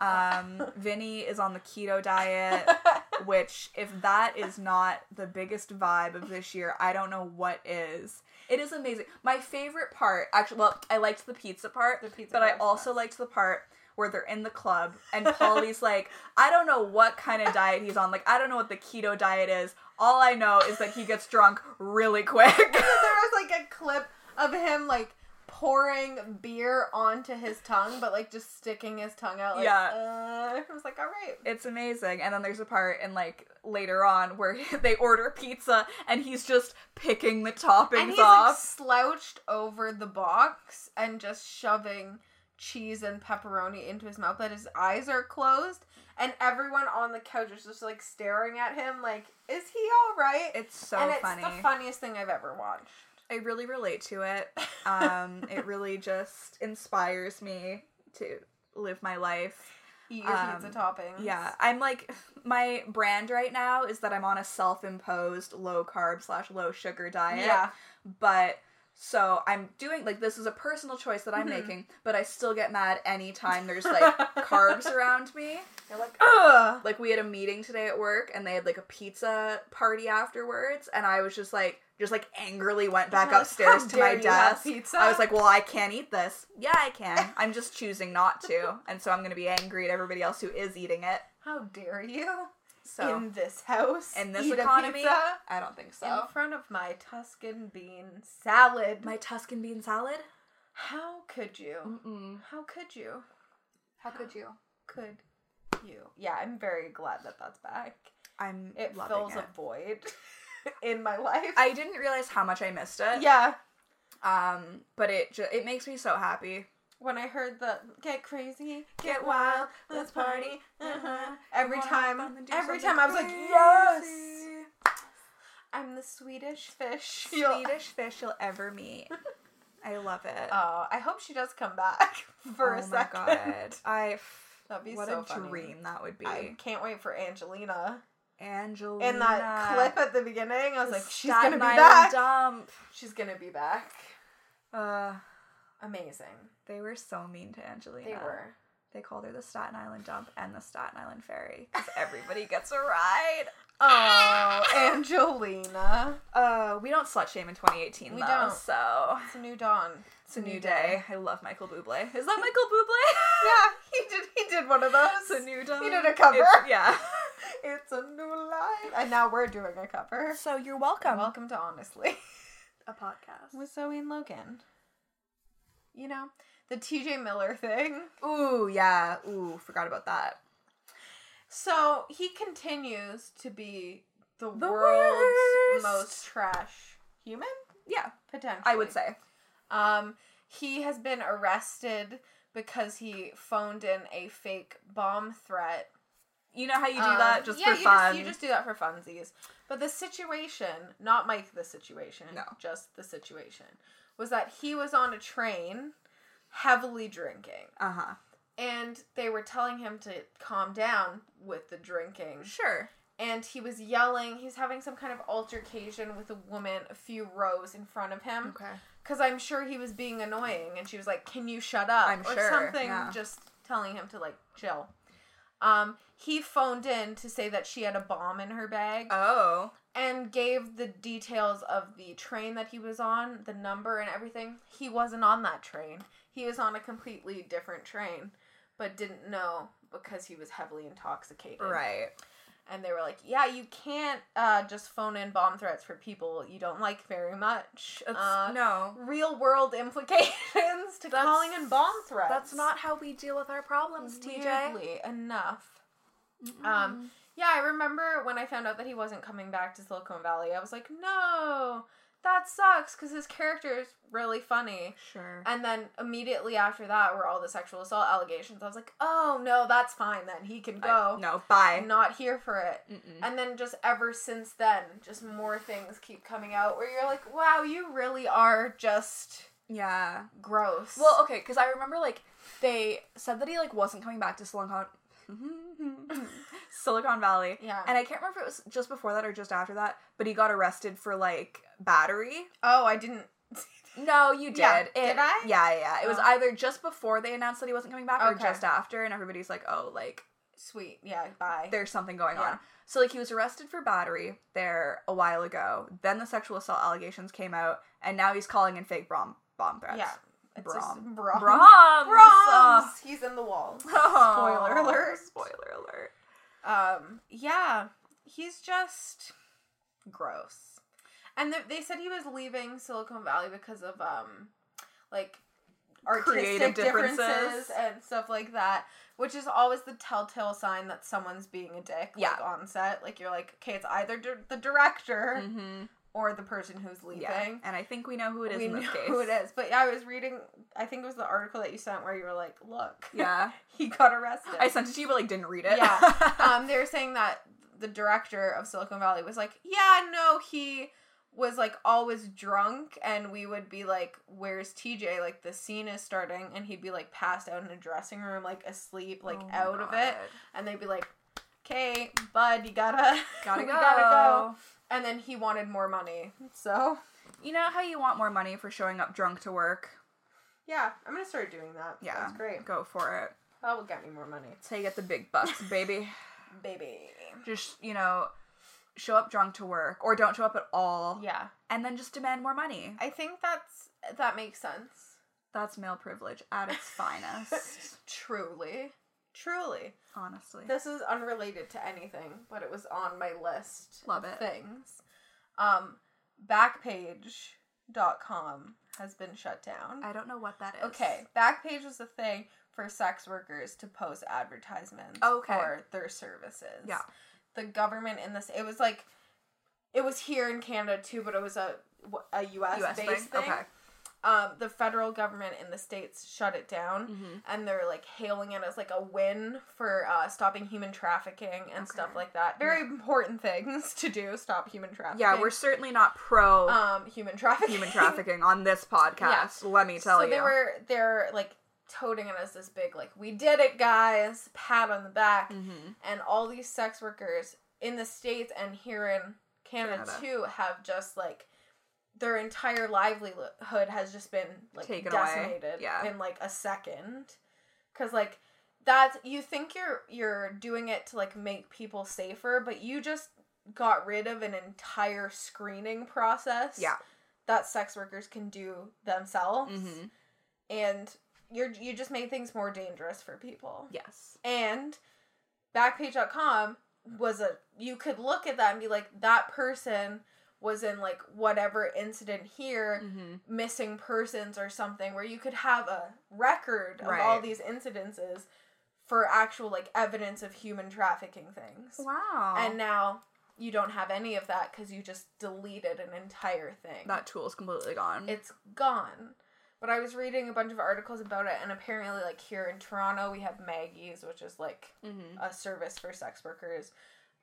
Speaker 1: Um, Vinny is on the keto diet, which if that is not the biggest vibe of this year, I don't know what is. It is amazing. My favorite part, actually, well, I liked the pizza part,
Speaker 2: The pizza
Speaker 1: but I
Speaker 2: part's
Speaker 1: also
Speaker 2: best.
Speaker 1: liked the part where they're in the club and Polly's like, I don't know what kind of diet he's on. Like, I don't know what the keto diet is. All I know is that he gets drunk really quick.
Speaker 2: there was like a clip of him like pouring beer onto his tongue, but like just sticking his tongue out. Like, yeah, uh, I was like, all right.
Speaker 1: It's amazing. And then there's a part in like later on where they order pizza and he's just picking the toppings
Speaker 2: And he's like
Speaker 1: off.
Speaker 2: slouched over the box and just shoving cheese and pepperoni into his mouth, but his eyes are closed, and everyone on the couch is just like staring at him, like, is he all right?
Speaker 1: it's so
Speaker 2: and it's
Speaker 1: funny.
Speaker 2: the funniest thing I've ever watched.
Speaker 1: I really relate to it. Um, it really just inspires me to live my life.
Speaker 2: Eat your
Speaker 1: Um,
Speaker 2: pizza toppings.
Speaker 1: Yeah, I'm like my brand right now is that I'm on a self-imposed low carb slash low sugar diet.
Speaker 2: Yeah.
Speaker 1: but so I'm doing like this is a personal choice that I'm
Speaker 2: Mhm.
Speaker 1: making, but I still get mad anytime there's like carbs around me.
Speaker 2: You're like, ugh.
Speaker 1: Like we had a meeting today at work and they had like a pizza party afterwards and I was just like just like angrily went back
Speaker 2: You're like,
Speaker 1: upstairs
Speaker 2: "How
Speaker 1: to my
Speaker 2: dare you have
Speaker 1: desk.
Speaker 2: pizza?"
Speaker 1: I was like, "Well, I can't eat this." Yeah, I can. I'm just choosing not to. And so I'm going to be angry at everybody else who is eating it.
Speaker 2: How dare you?
Speaker 1: So
Speaker 2: in this house,
Speaker 1: in this
Speaker 2: eat a
Speaker 1: economy,
Speaker 2: pizza
Speaker 1: I don't think so.
Speaker 2: in front of my Tuscan bean salad.
Speaker 1: My Tuscan bean salad?
Speaker 2: How could you?
Speaker 1: Mm-mm.
Speaker 2: How could you?
Speaker 1: How could you?
Speaker 2: Could you? Yeah, I'm very glad that that's back.
Speaker 1: I'm
Speaker 2: It
Speaker 1: loving
Speaker 2: fills
Speaker 1: it.
Speaker 2: a void in my life. Uh,
Speaker 1: I didn't realize how much I missed it.
Speaker 2: yeah,
Speaker 1: Um, but it ju- it makes me so happy.
Speaker 2: when I heard the get crazy,
Speaker 1: Get wild,
Speaker 2: let's party. Uh-huh. Every
Speaker 1: Wanna have fun
Speaker 2: time,
Speaker 1: and do
Speaker 2: every
Speaker 1: something
Speaker 2: time I was like, yes,
Speaker 1: crazy.
Speaker 2: I'm the Swedish fish.
Speaker 1: Swedish fish you'll ever meet. I love it.
Speaker 2: Oh, I hope she does come back for
Speaker 1: oh
Speaker 2: a
Speaker 1: my
Speaker 2: second.
Speaker 1: god. I f-
Speaker 2: That'd be
Speaker 1: what
Speaker 2: so
Speaker 1: a
Speaker 2: funny.
Speaker 1: dream that would be.
Speaker 2: I can't wait for Angelina.
Speaker 1: Angelina
Speaker 2: In that clip at the beginning, I was
Speaker 1: The
Speaker 2: like, she's gonna
Speaker 1: Staten
Speaker 2: be
Speaker 1: Island
Speaker 2: back.
Speaker 1: Dump.
Speaker 2: She's gonna be back.
Speaker 1: Uh,
Speaker 2: Amazing.
Speaker 1: they were so mean to Angelina.
Speaker 2: They were.
Speaker 1: They called her the Staten Island Dump and the Staten Island Ferry because everybody gets a ride.
Speaker 2: Oh, Angelina.
Speaker 1: Uh, we don't slut shame in 2018
Speaker 2: We
Speaker 1: though,
Speaker 2: don't.
Speaker 1: so
Speaker 2: It's a new dawn.
Speaker 1: it's a new day. I love Michael Bublé. Is that Michael Bublé?
Speaker 2: Yeah, he did. He did one of
Speaker 1: It's a
Speaker 2: those.
Speaker 1: new dawn.
Speaker 2: He did a cover.
Speaker 1: It's- yeah.
Speaker 2: It's a new life, and now we're doing a cover.
Speaker 1: So you're welcome.
Speaker 2: Welcome to honestly
Speaker 1: a podcast.
Speaker 2: with Zoe and Logan. You know the T.J. Miller thing.
Speaker 1: Ooh, yeah. Ooh, forgot about that.
Speaker 2: So he continues to be the,
Speaker 1: The
Speaker 2: world's
Speaker 1: worst.
Speaker 2: most trash human,
Speaker 1: Yeah,
Speaker 2: potentially.
Speaker 1: I would say.
Speaker 2: Um, he has been arrested because he phoned in a fake bomb threat.
Speaker 1: You know how you do
Speaker 2: Um,
Speaker 1: that just
Speaker 2: yeah,
Speaker 1: for
Speaker 2: you
Speaker 1: fun.
Speaker 2: Just, you just do that for funsies. But the situation, not Mike, the situation,
Speaker 1: No.
Speaker 2: just the situation, was that he was on a train, heavily drinking,
Speaker 1: Uh huh.
Speaker 2: and they were telling him to calm down with the drinking
Speaker 1: Sure.
Speaker 2: and he was yelling. He was having some kind of altercation with a woman a few rows in front of him.
Speaker 1: Okay.
Speaker 2: Because I'm sure he was being annoying, and she was like, "Can you shut up?"
Speaker 1: I'm
Speaker 2: or
Speaker 1: sure,
Speaker 2: something,
Speaker 1: yeah.
Speaker 2: just telling him to like chill. Um, he phoned in to say that she had a bomb in her bag
Speaker 1: Oh.
Speaker 2: and gave the details of the train that he was on, the number and everything. He wasn't on that train. He was on a completely different train, but didn't know because he was heavily intoxicated
Speaker 1: Right.
Speaker 2: and they were like, "Yeah, you can't uh, just phone in bomb threats for people you don't like very much.
Speaker 1: That's,
Speaker 2: Uh,
Speaker 1: no.
Speaker 2: Real world implications to
Speaker 1: That's-
Speaker 2: calling in bomb threats.
Speaker 1: That's not how we deal with our problems, TJ.
Speaker 2: weirdly enough. Um, yeah, I remember when I found out that he wasn't coming back to Silicon Valley. I was like, "No, that sucks," because his character is really funny.
Speaker 1: Sure.
Speaker 2: And then immediately after that were all the sexual assault allegations. I was like, "Oh no, that's fine then. He can
Speaker 1: I-
Speaker 2: go.
Speaker 1: no. Bye.
Speaker 2: I'm not here for it."
Speaker 1: Mm-mm.
Speaker 2: And then just ever since then, just more things keep coming out where you're like, wow, you really are just
Speaker 1: Yeah.
Speaker 2: gross.
Speaker 1: Well, okay, because I remember like they said that he like wasn't coming back to Silicon Silicon Valley.
Speaker 2: yeah.
Speaker 1: And I can't remember if it was just before that or just after that, but he got arrested for like battery.
Speaker 2: oh, I didn't.
Speaker 1: No, you did.
Speaker 2: Yeah.
Speaker 1: It-
Speaker 2: Did I?
Speaker 1: Yeah, yeah. It was
Speaker 2: Oh.
Speaker 1: either just before they announced that he wasn't coming back or
Speaker 2: Okay.
Speaker 1: just after, and everybody's like, oh, like
Speaker 2: Sweet. Yeah, bye.
Speaker 1: there's something going
Speaker 2: Yeah.
Speaker 1: on. So like he was arrested for battery there a while ago. Then the sexual assault allegations came out, and now he's calling in fake bomb bomb threats.
Speaker 2: yeah. It's
Speaker 1: Brom.
Speaker 2: just Brom.
Speaker 1: Broms.
Speaker 2: Broms! He's in the walls.
Speaker 1: Spoiler
Speaker 2: Spoiler alert.
Speaker 1: Spoiler alert.
Speaker 2: Um, yeah. He's just gross. And th- they said he was leaving Silicon Valley because of, um, like,
Speaker 1: Creative
Speaker 2: artistic differences.
Speaker 1: differences.
Speaker 2: and stuff like that, which is always the telltale sign that someone's being a dick,
Speaker 1: Yeah.
Speaker 2: like, on set. Like, you're like, okay, it's either dir- the director
Speaker 1: Mm-hmm.
Speaker 2: or the person who's leaving.
Speaker 1: Yeah, and I think we know who it is
Speaker 2: we
Speaker 1: in this
Speaker 2: know
Speaker 1: case.
Speaker 2: who it is. But yeah, I was reading, I think it was the article that you sent where you were like, look,
Speaker 1: Yeah,
Speaker 2: he got arrested.
Speaker 1: I sent it to you, but like didn't read it.
Speaker 2: Yeah. um, they were saying that the director of Silicon Valley was like, yeah, no, he was like always drunk, and we would be like, where's TJ? Like the scene is starting, and he'd be like passed out in a dressing room, like asleep, like
Speaker 1: Oh my
Speaker 2: out of it,
Speaker 1: God.
Speaker 2: and they'd be like. Okay, bud, you gotta
Speaker 1: Gotta
Speaker 2: we
Speaker 1: go.
Speaker 2: gotta go. And then he wanted more money, so
Speaker 1: You know how you want more money for showing up drunk to work?
Speaker 2: yeah, I'm gonna start doing that.
Speaker 1: Yeah,
Speaker 2: that's great.
Speaker 1: Go for it.
Speaker 2: That will get me more money,
Speaker 1: That's how you get the big bucks, baby.
Speaker 2: baby.
Speaker 1: just you know, show up drunk to work, or don't show up at all,
Speaker 2: Yeah,
Speaker 1: and then just demand more money.
Speaker 2: I think that's that makes sense.
Speaker 1: That's male privilege at its finest.
Speaker 2: Truly. Truly.
Speaker 1: honestly.
Speaker 2: This is unrelated to anything, but it was on my list
Speaker 1: Love
Speaker 2: of
Speaker 1: it.
Speaker 2: things. Um backpage.com has been shut down.
Speaker 1: I don't know what that is.
Speaker 2: Okay, Backpage was a thing for sex workers to post advertisements
Speaker 1: Okay.
Speaker 2: for their services.
Speaker 1: Yeah.
Speaker 2: The government in this, it was like, it was here in Canada too, but it was a, a US,
Speaker 1: US
Speaker 2: based
Speaker 1: thing?
Speaker 2: thing.
Speaker 1: Okay.
Speaker 2: Um, the federal government in the states shut it down,
Speaker 1: Mhm.
Speaker 2: and they're like hailing it as like a win for uh, stopping human trafficking and stuff
Speaker 1: Okay.
Speaker 2: like that. Very important things to do: stop human trafficking.
Speaker 1: Yeah, we're certainly not pro
Speaker 2: um human trafficking.
Speaker 1: human trafficking on this podcast. Let me tell
Speaker 2: so
Speaker 1: you.
Speaker 2: they were they're like toting it as this big like we did it guys pat on the back
Speaker 1: Mhm.
Speaker 2: and all these sex workers in the states and here in Canada,
Speaker 1: Canada.
Speaker 2: too have just like their entire livelihood has just been like
Speaker 1: Taken away.
Speaker 2: decimated
Speaker 1: Yeah.
Speaker 2: in like a second because like that's you think you're you're doing it to like make people safer but you just got rid of an entire screening process
Speaker 1: Yeah.
Speaker 2: that sex workers can do themselves
Speaker 1: Mhm.
Speaker 2: and you're you just made things more dangerous for people
Speaker 1: Yes.
Speaker 2: and backpage.com was a you could look at that and be like that person was in like whatever incident here
Speaker 1: Mm-hmm.
Speaker 2: missing persons or something where you could have a record of all
Speaker 1: Right.
Speaker 2: these incidences for actual like evidence of human trafficking things
Speaker 1: Wow.
Speaker 2: and now you don't have any of that because you just deleted an entire thing
Speaker 1: that tool's completely gone.
Speaker 2: it's gone. But I was reading a bunch of articles about it, and apparently, like here in Toronto, we have Maggie's, which is like
Speaker 1: mm-hmm.
Speaker 2: a service for sex workers,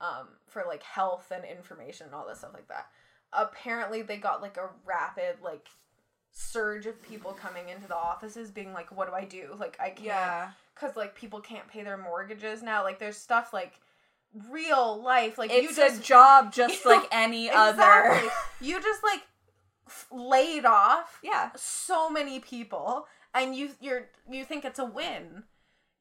Speaker 2: um, for like health and information and all this stuff like that. Apparently, they got like a rapid like surge of people coming into the offices, being like, "What do I do? Like, I can't."
Speaker 1: Yeah.
Speaker 2: because like people can't pay their mortgages now. Like there's stuff like real life. Like
Speaker 1: It's
Speaker 2: you just
Speaker 1: a job just
Speaker 2: You-
Speaker 1: like any
Speaker 2: exactly.
Speaker 1: other.
Speaker 2: you just like f- laid off
Speaker 1: Yeah.
Speaker 2: so many people, and you you're you think it's a win.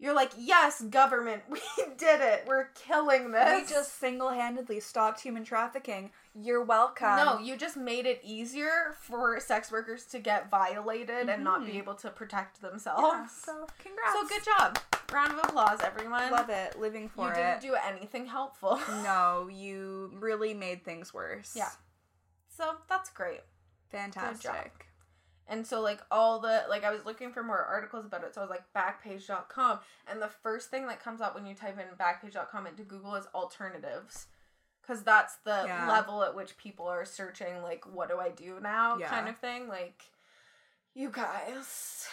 Speaker 2: You're like, yes, government, we did it. We're killing this.
Speaker 1: We just single handedly stopped human trafficking. You're welcome.
Speaker 2: no, you just made it easier for sex workers to get violated and not be
Speaker 1: Mhm.
Speaker 2: able to protect themselves.
Speaker 1: Yeah,
Speaker 2: so,
Speaker 1: Oh, so congrats.
Speaker 2: good job. Round of applause, everyone.
Speaker 1: Love it. Living for
Speaker 2: you
Speaker 1: it.
Speaker 2: didn't do anything helpful.
Speaker 1: No, you really made things worse.
Speaker 2: Yeah. So that's great.
Speaker 1: Fantastic.
Speaker 2: And so like all the like I was looking for more articles about it, so I was like backpage.com and the first thing that comes up when you type in backpage.com into Google is alternatives. Cuz that's the
Speaker 1: Yeah.
Speaker 2: level at which people are searching like what do I do now
Speaker 1: Yeah.
Speaker 2: kind of thing like you guys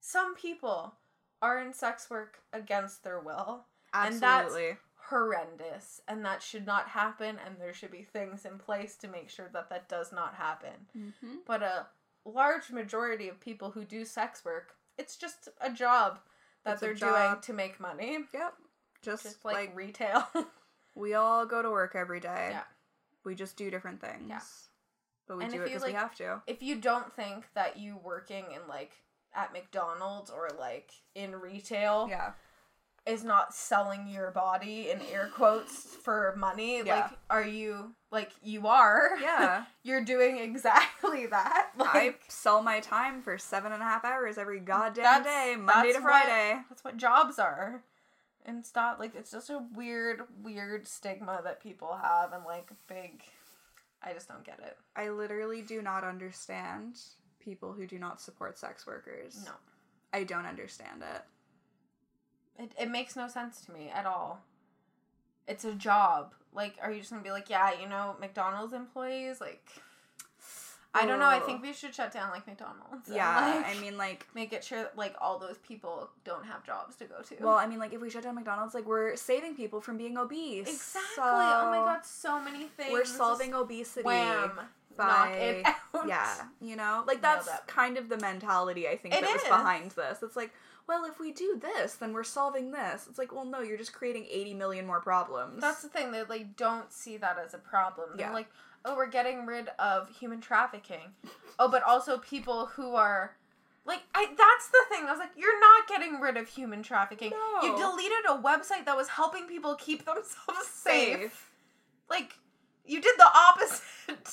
Speaker 2: some people are in sex work against their will And that's-
Speaker 1: Absolutely.
Speaker 2: horrendous and that should not happen and there should be things in place to make sure that that does not happen
Speaker 1: mm-hmm.
Speaker 2: but a large majority of people who do sex work it's just a job that
Speaker 1: It's a
Speaker 2: they're doing
Speaker 1: job.
Speaker 2: to make money
Speaker 1: Yep. Just,
Speaker 2: just like,
Speaker 1: like,
Speaker 2: retail
Speaker 1: we all go to work every day.
Speaker 2: Yeah.
Speaker 1: We just do different things.
Speaker 2: Yeah.
Speaker 1: But we
Speaker 2: And
Speaker 1: do
Speaker 2: if
Speaker 1: it
Speaker 2: you,
Speaker 1: because
Speaker 2: like-
Speaker 1: we have to.
Speaker 2: if you don't think that you working in like at mcdonald's or like in retail
Speaker 1: Yeah.
Speaker 2: is not selling your body in air quotes for money
Speaker 1: Yeah.
Speaker 2: like are you like you are
Speaker 1: Yeah.
Speaker 2: you're doing exactly that
Speaker 1: I
Speaker 2: like
Speaker 1: sell my time for seven and a half hours every goddamn
Speaker 2: That's-
Speaker 1: day, Monday
Speaker 2: that's
Speaker 1: to Friday.
Speaker 2: That's what jobs are. And stop like it's just a weird, weird stigma that people have and like big I just don't get it.
Speaker 1: I literally do not understand people who do not support sex workers.
Speaker 2: No.
Speaker 1: I don't understand it.
Speaker 2: It it makes no sense to me at all. It's a job. Like, are you just gonna be like, yeah, you know, McDonald's employees, like I don't know, I
Speaker 1: Ooh.
Speaker 2: think we should shut down like McDonald's. and,
Speaker 1: yeah.
Speaker 2: like,
Speaker 1: I mean, like,
Speaker 2: make it sure like all those people don't have jobs to go to.
Speaker 1: Well, I mean, like if we shut down McDonald's, like we're saving people from being obese.
Speaker 2: exactly.
Speaker 1: So,
Speaker 2: oh my god, so many things.
Speaker 1: we're solving obesity.
Speaker 2: Wham. Knock
Speaker 1: by-
Speaker 2: it out.
Speaker 1: Yeah, you know, like
Speaker 2: Nailed
Speaker 1: that's
Speaker 2: it.
Speaker 1: kind of the mentality I think
Speaker 2: It
Speaker 1: that was
Speaker 2: is.
Speaker 1: behind this. It's like, well, if we do this, then we're solving this. It's like, well, no, you're just creating eighty million more problems.
Speaker 2: That's the thing. They like don't see that as a problem. They're
Speaker 1: Yeah.
Speaker 2: like, oh, we're getting rid of human trafficking. oh, but also people who are like I that's the thing. I was like, you're not getting rid of human trafficking.
Speaker 1: No.
Speaker 2: You deleted a website that was helping people keep themselves safe.
Speaker 1: safe.
Speaker 2: Like you did the opposite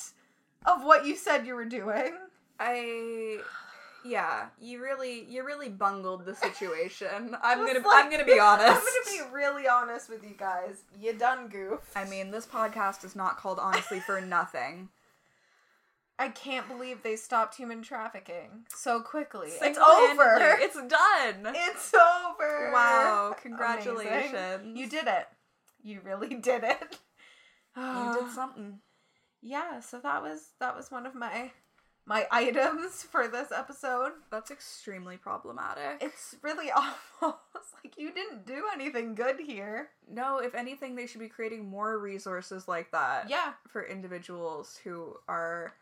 Speaker 2: of what you said you were doing.
Speaker 1: I yeah, you really you really bungled the situation. I'm
Speaker 2: Just
Speaker 1: gonna
Speaker 2: like-
Speaker 1: I'm gonna be honest.
Speaker 2: I'm gonna be really honest with you guys. You done goof.
Speaker 1: I mean, this podcast is not called honestly for nothing.
Speaker 2: I can't believe they stopped human trafficking so quickly. It's
Speaker 1: Single-handedly,
Speaker 2: over.
Speaker 1: It's done.
Speaker 2: It's over.
Speaker 1: Wow!
Speaker 2: Amazing.
Speaker 1: Congratulations.
Speaker 2: You did it. You really did it.
Speaker 1: You did something.
Speaker 2: yeah, so that was that was one of my my items for this episode.
Speaker 1: That's extremely problematic.
Speaker 2: It's really awful. It's like you didn't do anything good here.
Speaker 1: no, if anything, they should be creating more resources like that
Speaker 2: Yeah.
Speaker 1: for individuals who are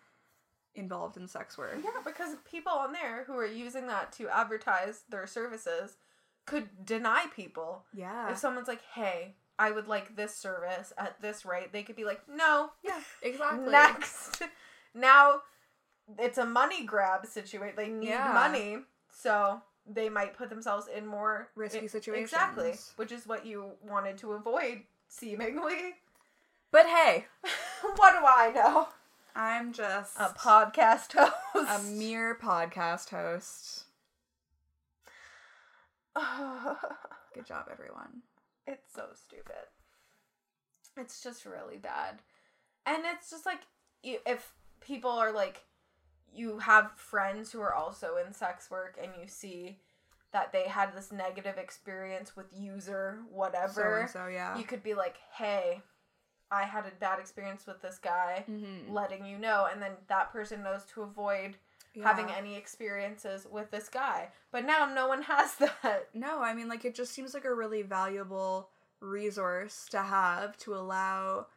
Speaker 1: involved in sex work.
Speaker 2: Yeah, because people on there who are using that to advertise their services could deny people.
Speaker 1: Yeah.
Speaker 2: If someone's like, "Hey, I would like this service at this rate," they could be like, "No,
Speaker 1: Yeah, exactly.
Speaker 2: next now it's a money grab situation they need
Speaker 1: Yeah.
Speaker 2: money so they might put themselves in more
Speaker 1: Risky
Speaker 2: i-
Speaker 1: situations.
Speaker 2: exactly which is what you wanted to avoid seemingly
Speaker 1: But hey,
Speaker 2: what do i know
Speaker 1: I'm just
Speaker 2: a podcast host
Speaker 1: a mere podcast host. Good job, everyone.
Speaker 2: it's so stupid it's just really bad and it's just like you, if people are like you have friends who are also in sex work and you see that they had this negative experience with user whatever
Speaker 1: So yeah.
Speaker 2: you could be like hey i had a bad experience with this guy
Speaker 1: Mhm.
Speaker 2: letting you know and then that person knows to avoid having
Speaker 1: Yeah.
Speaker 2: any experiences with this guy but now no one has that
Speaker 1: No, I mean, like, it just seems like a really valuable resource to have to allow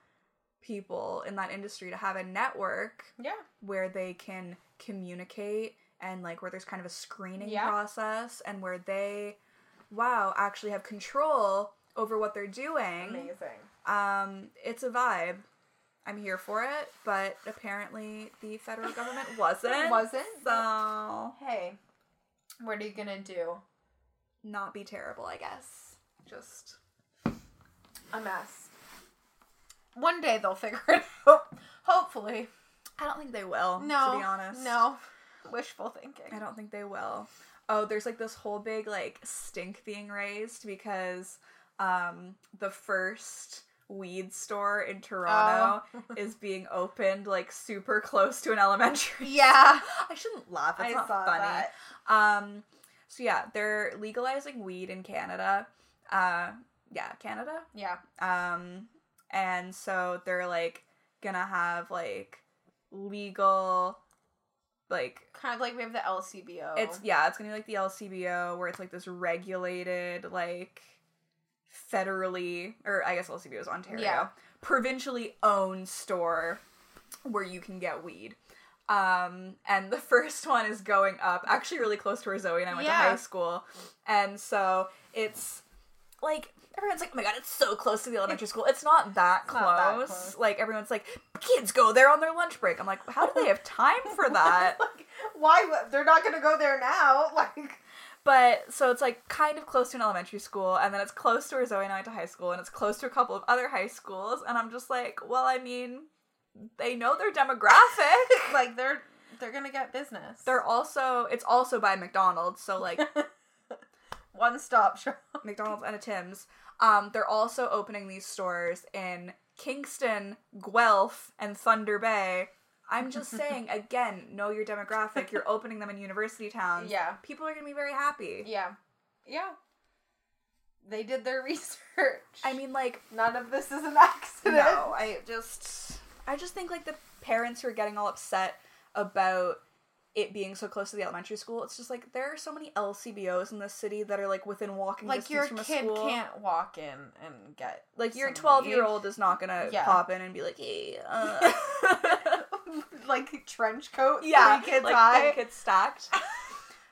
Speaker 1: people in that industry to have a network
Speaker 2: yeah
Speaker 1: where they can communicate and, like, where there's kind of a screening
Speaker 2: Yeah.
Speaker 1: process and where they, wow, actually have control over what they're doing.
Speaker 2: amazing
Speaker 1: Um, it's a vibe. I'm here for it, but apparently the federal government wasn't.
Speaker 2: Wasn't,
Speaker 1: So,
Speaker 2: hey what are you gonna do
Speaker 1: not be terrible, I guess. Just.
Speaker 2: a mess. One day they'll figure it out. Hopefully.
Speaker 1: I don't think they will.
Speaker 2: No.
Speaker 1: to be honest,
Speaker 2: No. Wishful thinking.
Speaker 1: I don't think they will. Oh, there's like this whole big like stink being raised because um the first weed store in Toronto is being opened like super close to an elementary.
Speaker 2: Yeah.
Speaker 1: I shouldn't laugh. It's
Speaker 2: I
Speaker 1: not
Speaker 2: saw
Speaker 1: funny.
Speaker 2: that.
Speaker 1: Um, so yeah, they're legalizing weed in Canada. Uh, yeah, Canada.
Speaker 2: Yeah.
Speaker 1: Um, and so they're like gonna have like legal, like
Speaker 2: Kind of like we have the LCBO.
Speaker 1: it's yeah, it's gonna be like the LCBO where it's like this regulated like federally or I guess LCBO is Ontario
Speaker 2: Yeah.
Speaker 1: provincially owned store where you can get weed. Um, and the first one is going up actually really close to where Zoe and I went to
Speaker 2: Yeah.
Speaker 1: high school, and so it's like everyone's like, oh my god, it's so close to the elementary school. It's not that, close.
Speaker 2: not that close.
Speaker 1: Like everyone's like, kids go there on their lunch break. I'm like, how do they have time for that?
Speaker 2: like, why? would- They're not going to go there now. Like,
Speaker 1: But so it's like kind of close to an elementary school, and then it's close to where Zoe and I went to high school, and it's close to a couple of other high schools, and I'm just like, well, I mean, they know their demographic.
Speaker 2: like they're they're going to get business.
Speaker 1: They're also it's also by McDonald's, so like
Speaker 2: one stop shop.
Speaker 1: McDonald's and a Tim's. Um, they're also opening these stores in Kingston, Guelph, and Thunder Bay. I'm just saying, again, know your demographic. You're opening them in university towns.
Speaker 2: Yeah.
Speaker 1: People are gonna be very happy.
Speaker 2: Yeah. Yeah. They did their research.
Speaker 1: I mean, like
Speaker 2: none of this is an accident.
Speaker 1: No, I just I just think like the parents who are getting all upset about it being so close to the elementary school, it's just like there are so many LCBOs in this city that are like within walking
Speaker 2: like
Speaker 1: distance
Speaker 2: your
Speaker 1: from a
Speaker 2: kid
Speaker 1: school.
Speaker 2: can't walk in and get
Speaker 1: like your
Speaker 2: some
Speaker 1: 12
Speaker 2: weed.
Speaker 1: year old is not gonna
Speaker 2: Yeah.
Speaker 1: pop in and be like, hey, uh.
Speaker 2: like trench coat,
Speaker 1: yeah,
Speaker 2: three kids
Speaker 1: like,
Speaker 2: high.
Speaker 1: three kids stacked.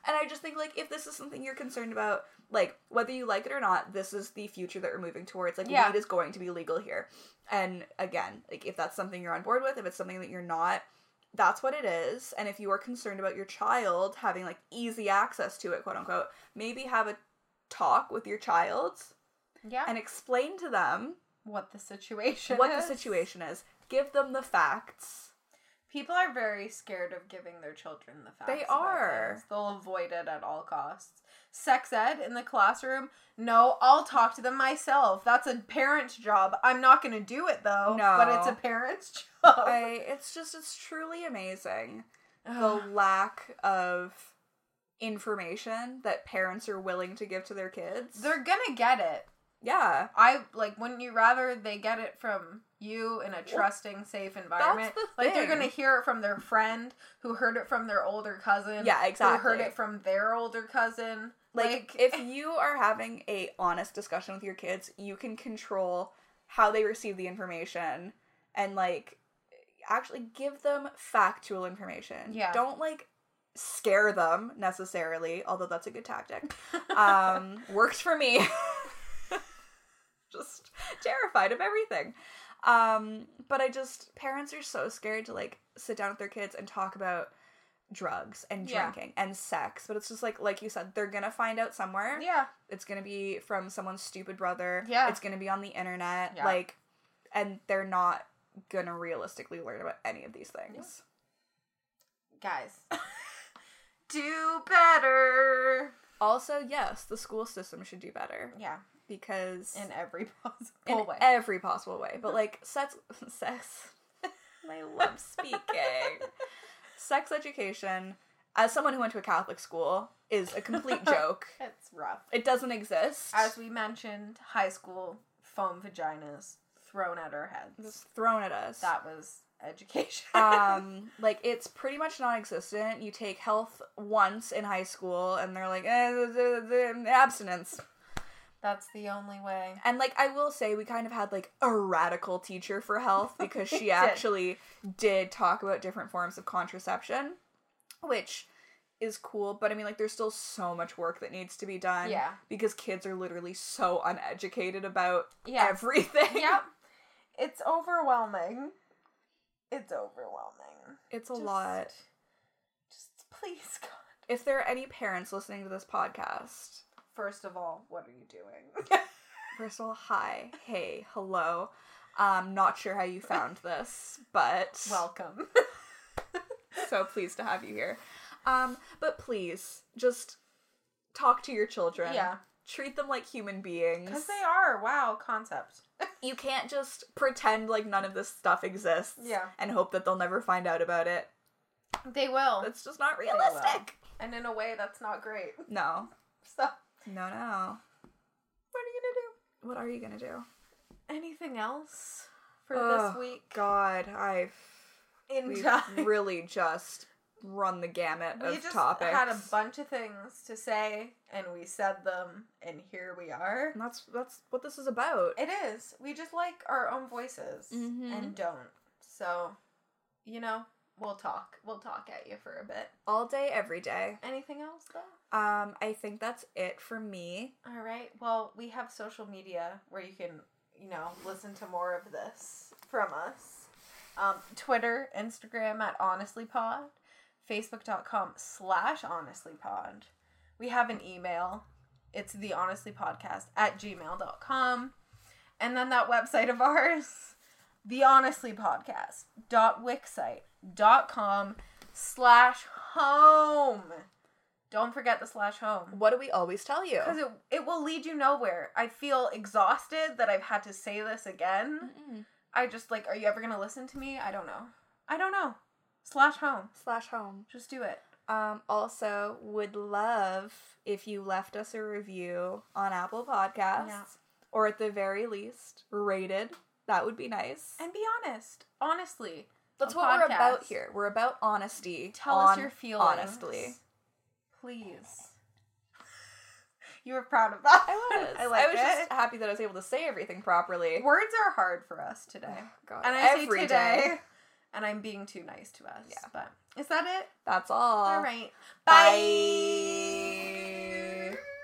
Speaker 1: and I just think like if this is something you're concerned about, like whether you like it or not, this is the future that we're moving towards. Like
Speaker 2: Yeah.
Speaker 1: weed is going to be legal here. And again, like if that's something you're on board with, if it's something that you're not, that's what it is. And if you are concerned about your child having like easy access to it, quote unquote, maybe have a talk with your child
Speaker 2: yeah,
Speaker 1: and explain to them
Speaker 2: what the situation?
Speaker 1: what the
Speaker 2: is.
Speaker 1: situation is. Give them the facts.
Speaker 2: People are very scared of giving their children the facts.
Speaker 1: They
Speaker 2: about
Speaker 1: are.
Speaker 2: things. They'll avoid it at all costs. Sex ed in the classroom? No, I'll talk to them myself. That's a parent's job. I'm not going to do it though.
Speaker 1: No.
Speaker 2: But it's a parent's job.
Speaker 1: I, it's just, it's truly amazing the
Speaker 2: Ugh.
Speaker 1: lack of information that parents are willing to give to their kids.
Speaker 2: They're going to get it.
Speaker 1: yeah.
Speaker 2: I like wouldn't you rather they get it from you in a trusting, safe environment?
Speaker 1: the
Speaker 2: Like they're
Speaker 1: thing.
Speaker 2: gonna hear it from their friend who heard it from their older cousin.
Speaker 1: Yeah, exactly.
Speaker 2: Who heard it from their older cousin.
Speaker 1: like,
Speaker 2: Like,
Speaker 1: if you are having a honest discussion with your kids you can control how they receive the information and like actually give them factual information
Speaker 2: Yeah.
Speaker 1: don't like scare them necessarily although that's a good tactic um works for me just terrified of everything um but i just parents are so scared to like sit down with their kids and talk about drugs and
Speaker 2: Yeah.
Speaker 1: drinking and sex but it's just like like you said they're gonna find out somewhere
Speaker 2: eh, yeah.
Speaker 1: it's gonna be from someone's stupid brother
Speaker 2: Yeah.
Speaker 1: it's gonna be on the internet
Speaker 2: Yeah.
Speaker 1: like and they're not gonna realistically learn about any of these things
Speaker 2: Guys. do better.
Speaker 1: also yes the school system should do better
Speaker 2: Yeah.
Speaker 1: because
Speaker 2: In every possible
Speaker 1: in
Speaker 2: way.
Speaker 1: every possible way. But like sex, sex. I love speaking. sex education, as someone who went to a Catholic school, is a complete joke.
Speaker 2: it's rough.
Speaker 1: It doesn't exist.
Speaker 2: As we mentioned, high school foam vaginas thrown at our heads.
Speaker 1: It's thrown at us.
Speaker 2: That was education.
Speaker 1: um, like it's pretty much non-existent. You take health once in high school, and they're like eh, the, the, the abstinence.
Speaker 2: That's the only way.
Speaker 1: And like I will say, we kind of had like a radical teacher for health because
Speaker 2: We
Speaker 1: she
Speaker 2: did.
Speaker 1: actually did talk about different forms of contraception, which is cool. But I mean, like, there's still so much work that needs to be done.
Speaker 2: Yeah.
Speaker 1: Because kids are literally so uneducated about
Speaker 2: Yeah.
Speaker 1: everything.
Speaker 2: yep. It's overwhelming. It's overwhelming.
Speaker 1: It's a lot.
Speaker 2: Just please, God.
Speaker 1: If there are any parents listening to this podcast,
Speaker 2: First of all, what are you doing?
Speaker 1: first of all, hi, hey, hello. Um, not sure how you found this, but
Speaker 2: Welcome.
Speaker 1: so pleased to have you here. Um, but please, just talk to your children.
Speaker 2: Yeah.
Speaker 1: Treat them like human beings.
Speaker 2: Because they are. Wow, concept.
Speaker 1: you can't just pretend like none of this stuff exists
Speaker 2: Yeah.
Speaker 1: and hope that they'll never find out about it.
Speaker 2: They will.
Speaker 1: That's just not
Speaker 2: will.
Speaker 1: realistic.
Speaker 2: and in a way, that's not great.
Speaker 1: No.
Speaker 2: So, what
Speaker 1: No, no.
Speaker 2: are
Speaker 1: What are you gonna do?
Speaker 2: you going to do? Anything else for
Speaker 1: Ugh,
Speaker 2: this week?
Speaker 1: God, I've
Speaker 2: In
Speaker 1: we've
Speaker 2: time.
Speaker 1: really just run the gamut
Speaker 2: We
Speaker 1: of
Speaker 2: just
Speaker 1: topics.
Speaker 2: had a bunch of things to say, and we said them, and here we are.
Speaker 1: and that's that's what this is about.
Speaker 2: It is. We just like our own voices
Speaker 1: Mhm.
Speaker 2: and don't. So, you know, we'll talk. We'll talk at you for a bit.
Speaker 1: All day, every day.
Speaker 2: Anything else though?
Speaker 1: Um, I think that's it for me.
Speaker 2: All right. Well, we have social media where you can, you know, listen to more of this from us. Um, Twitter, Instagram at honestlypod, facebook.com slash honestlypod. We have an email. It's the honestlypodcast at gmail.com. And then that website of ours, the honestlypodcast.wixsite.com slash home. Don't forget the slash home.
Speaker 1: What do we always tell you?
Speaker 2: Because it, it will lead you nowhere. I feel exhausted that I've had to say this again.
Speaker 1: Mm-mm.
Speaker 2: I just like, are you ever going to listen to me? I don't know. I don't know. Slash home.
Speaker 1: slash home.
Speaker 2: Just do it.
Speaker 1: Um, also, would love if you left us a review on Apple Podcasts,
Speaker 2: Yeah.
Speaker 1: or at the very least, rated. That would be nice.
Speaker 2: And be honest. Honestly.
Speaker 1: that's
Speaker 2: a
Speaker 1: what we're about
Speaker 2: podcast.
Speaker 1: here. We're about honesty.
Speaker 2: Tell us
Speaker 1: on
Speaker 2: your feelings.
Speaker 1: Honestly,
Speaker 2: Please. you were proud of that.
Speaker 1: I was.
Speaker 2: I like
Speaker 1: was
Speaker 2: it.
Speaker 1: just happy that I was able to say everything properly.
Speaker 2: Words are hard for us today.
Speaker 1: God,
Speaker 2: And I
Speaker 1: every
Speaker 2: say
Speaker 1: day.
Speaker 2: today. And I'm being too nice to us.
Speaker 1: Yeah.
Speaker 2: But is that it?
Speaker 1: That's all.
Speaker 2: All right.
Speaker 1: Bye.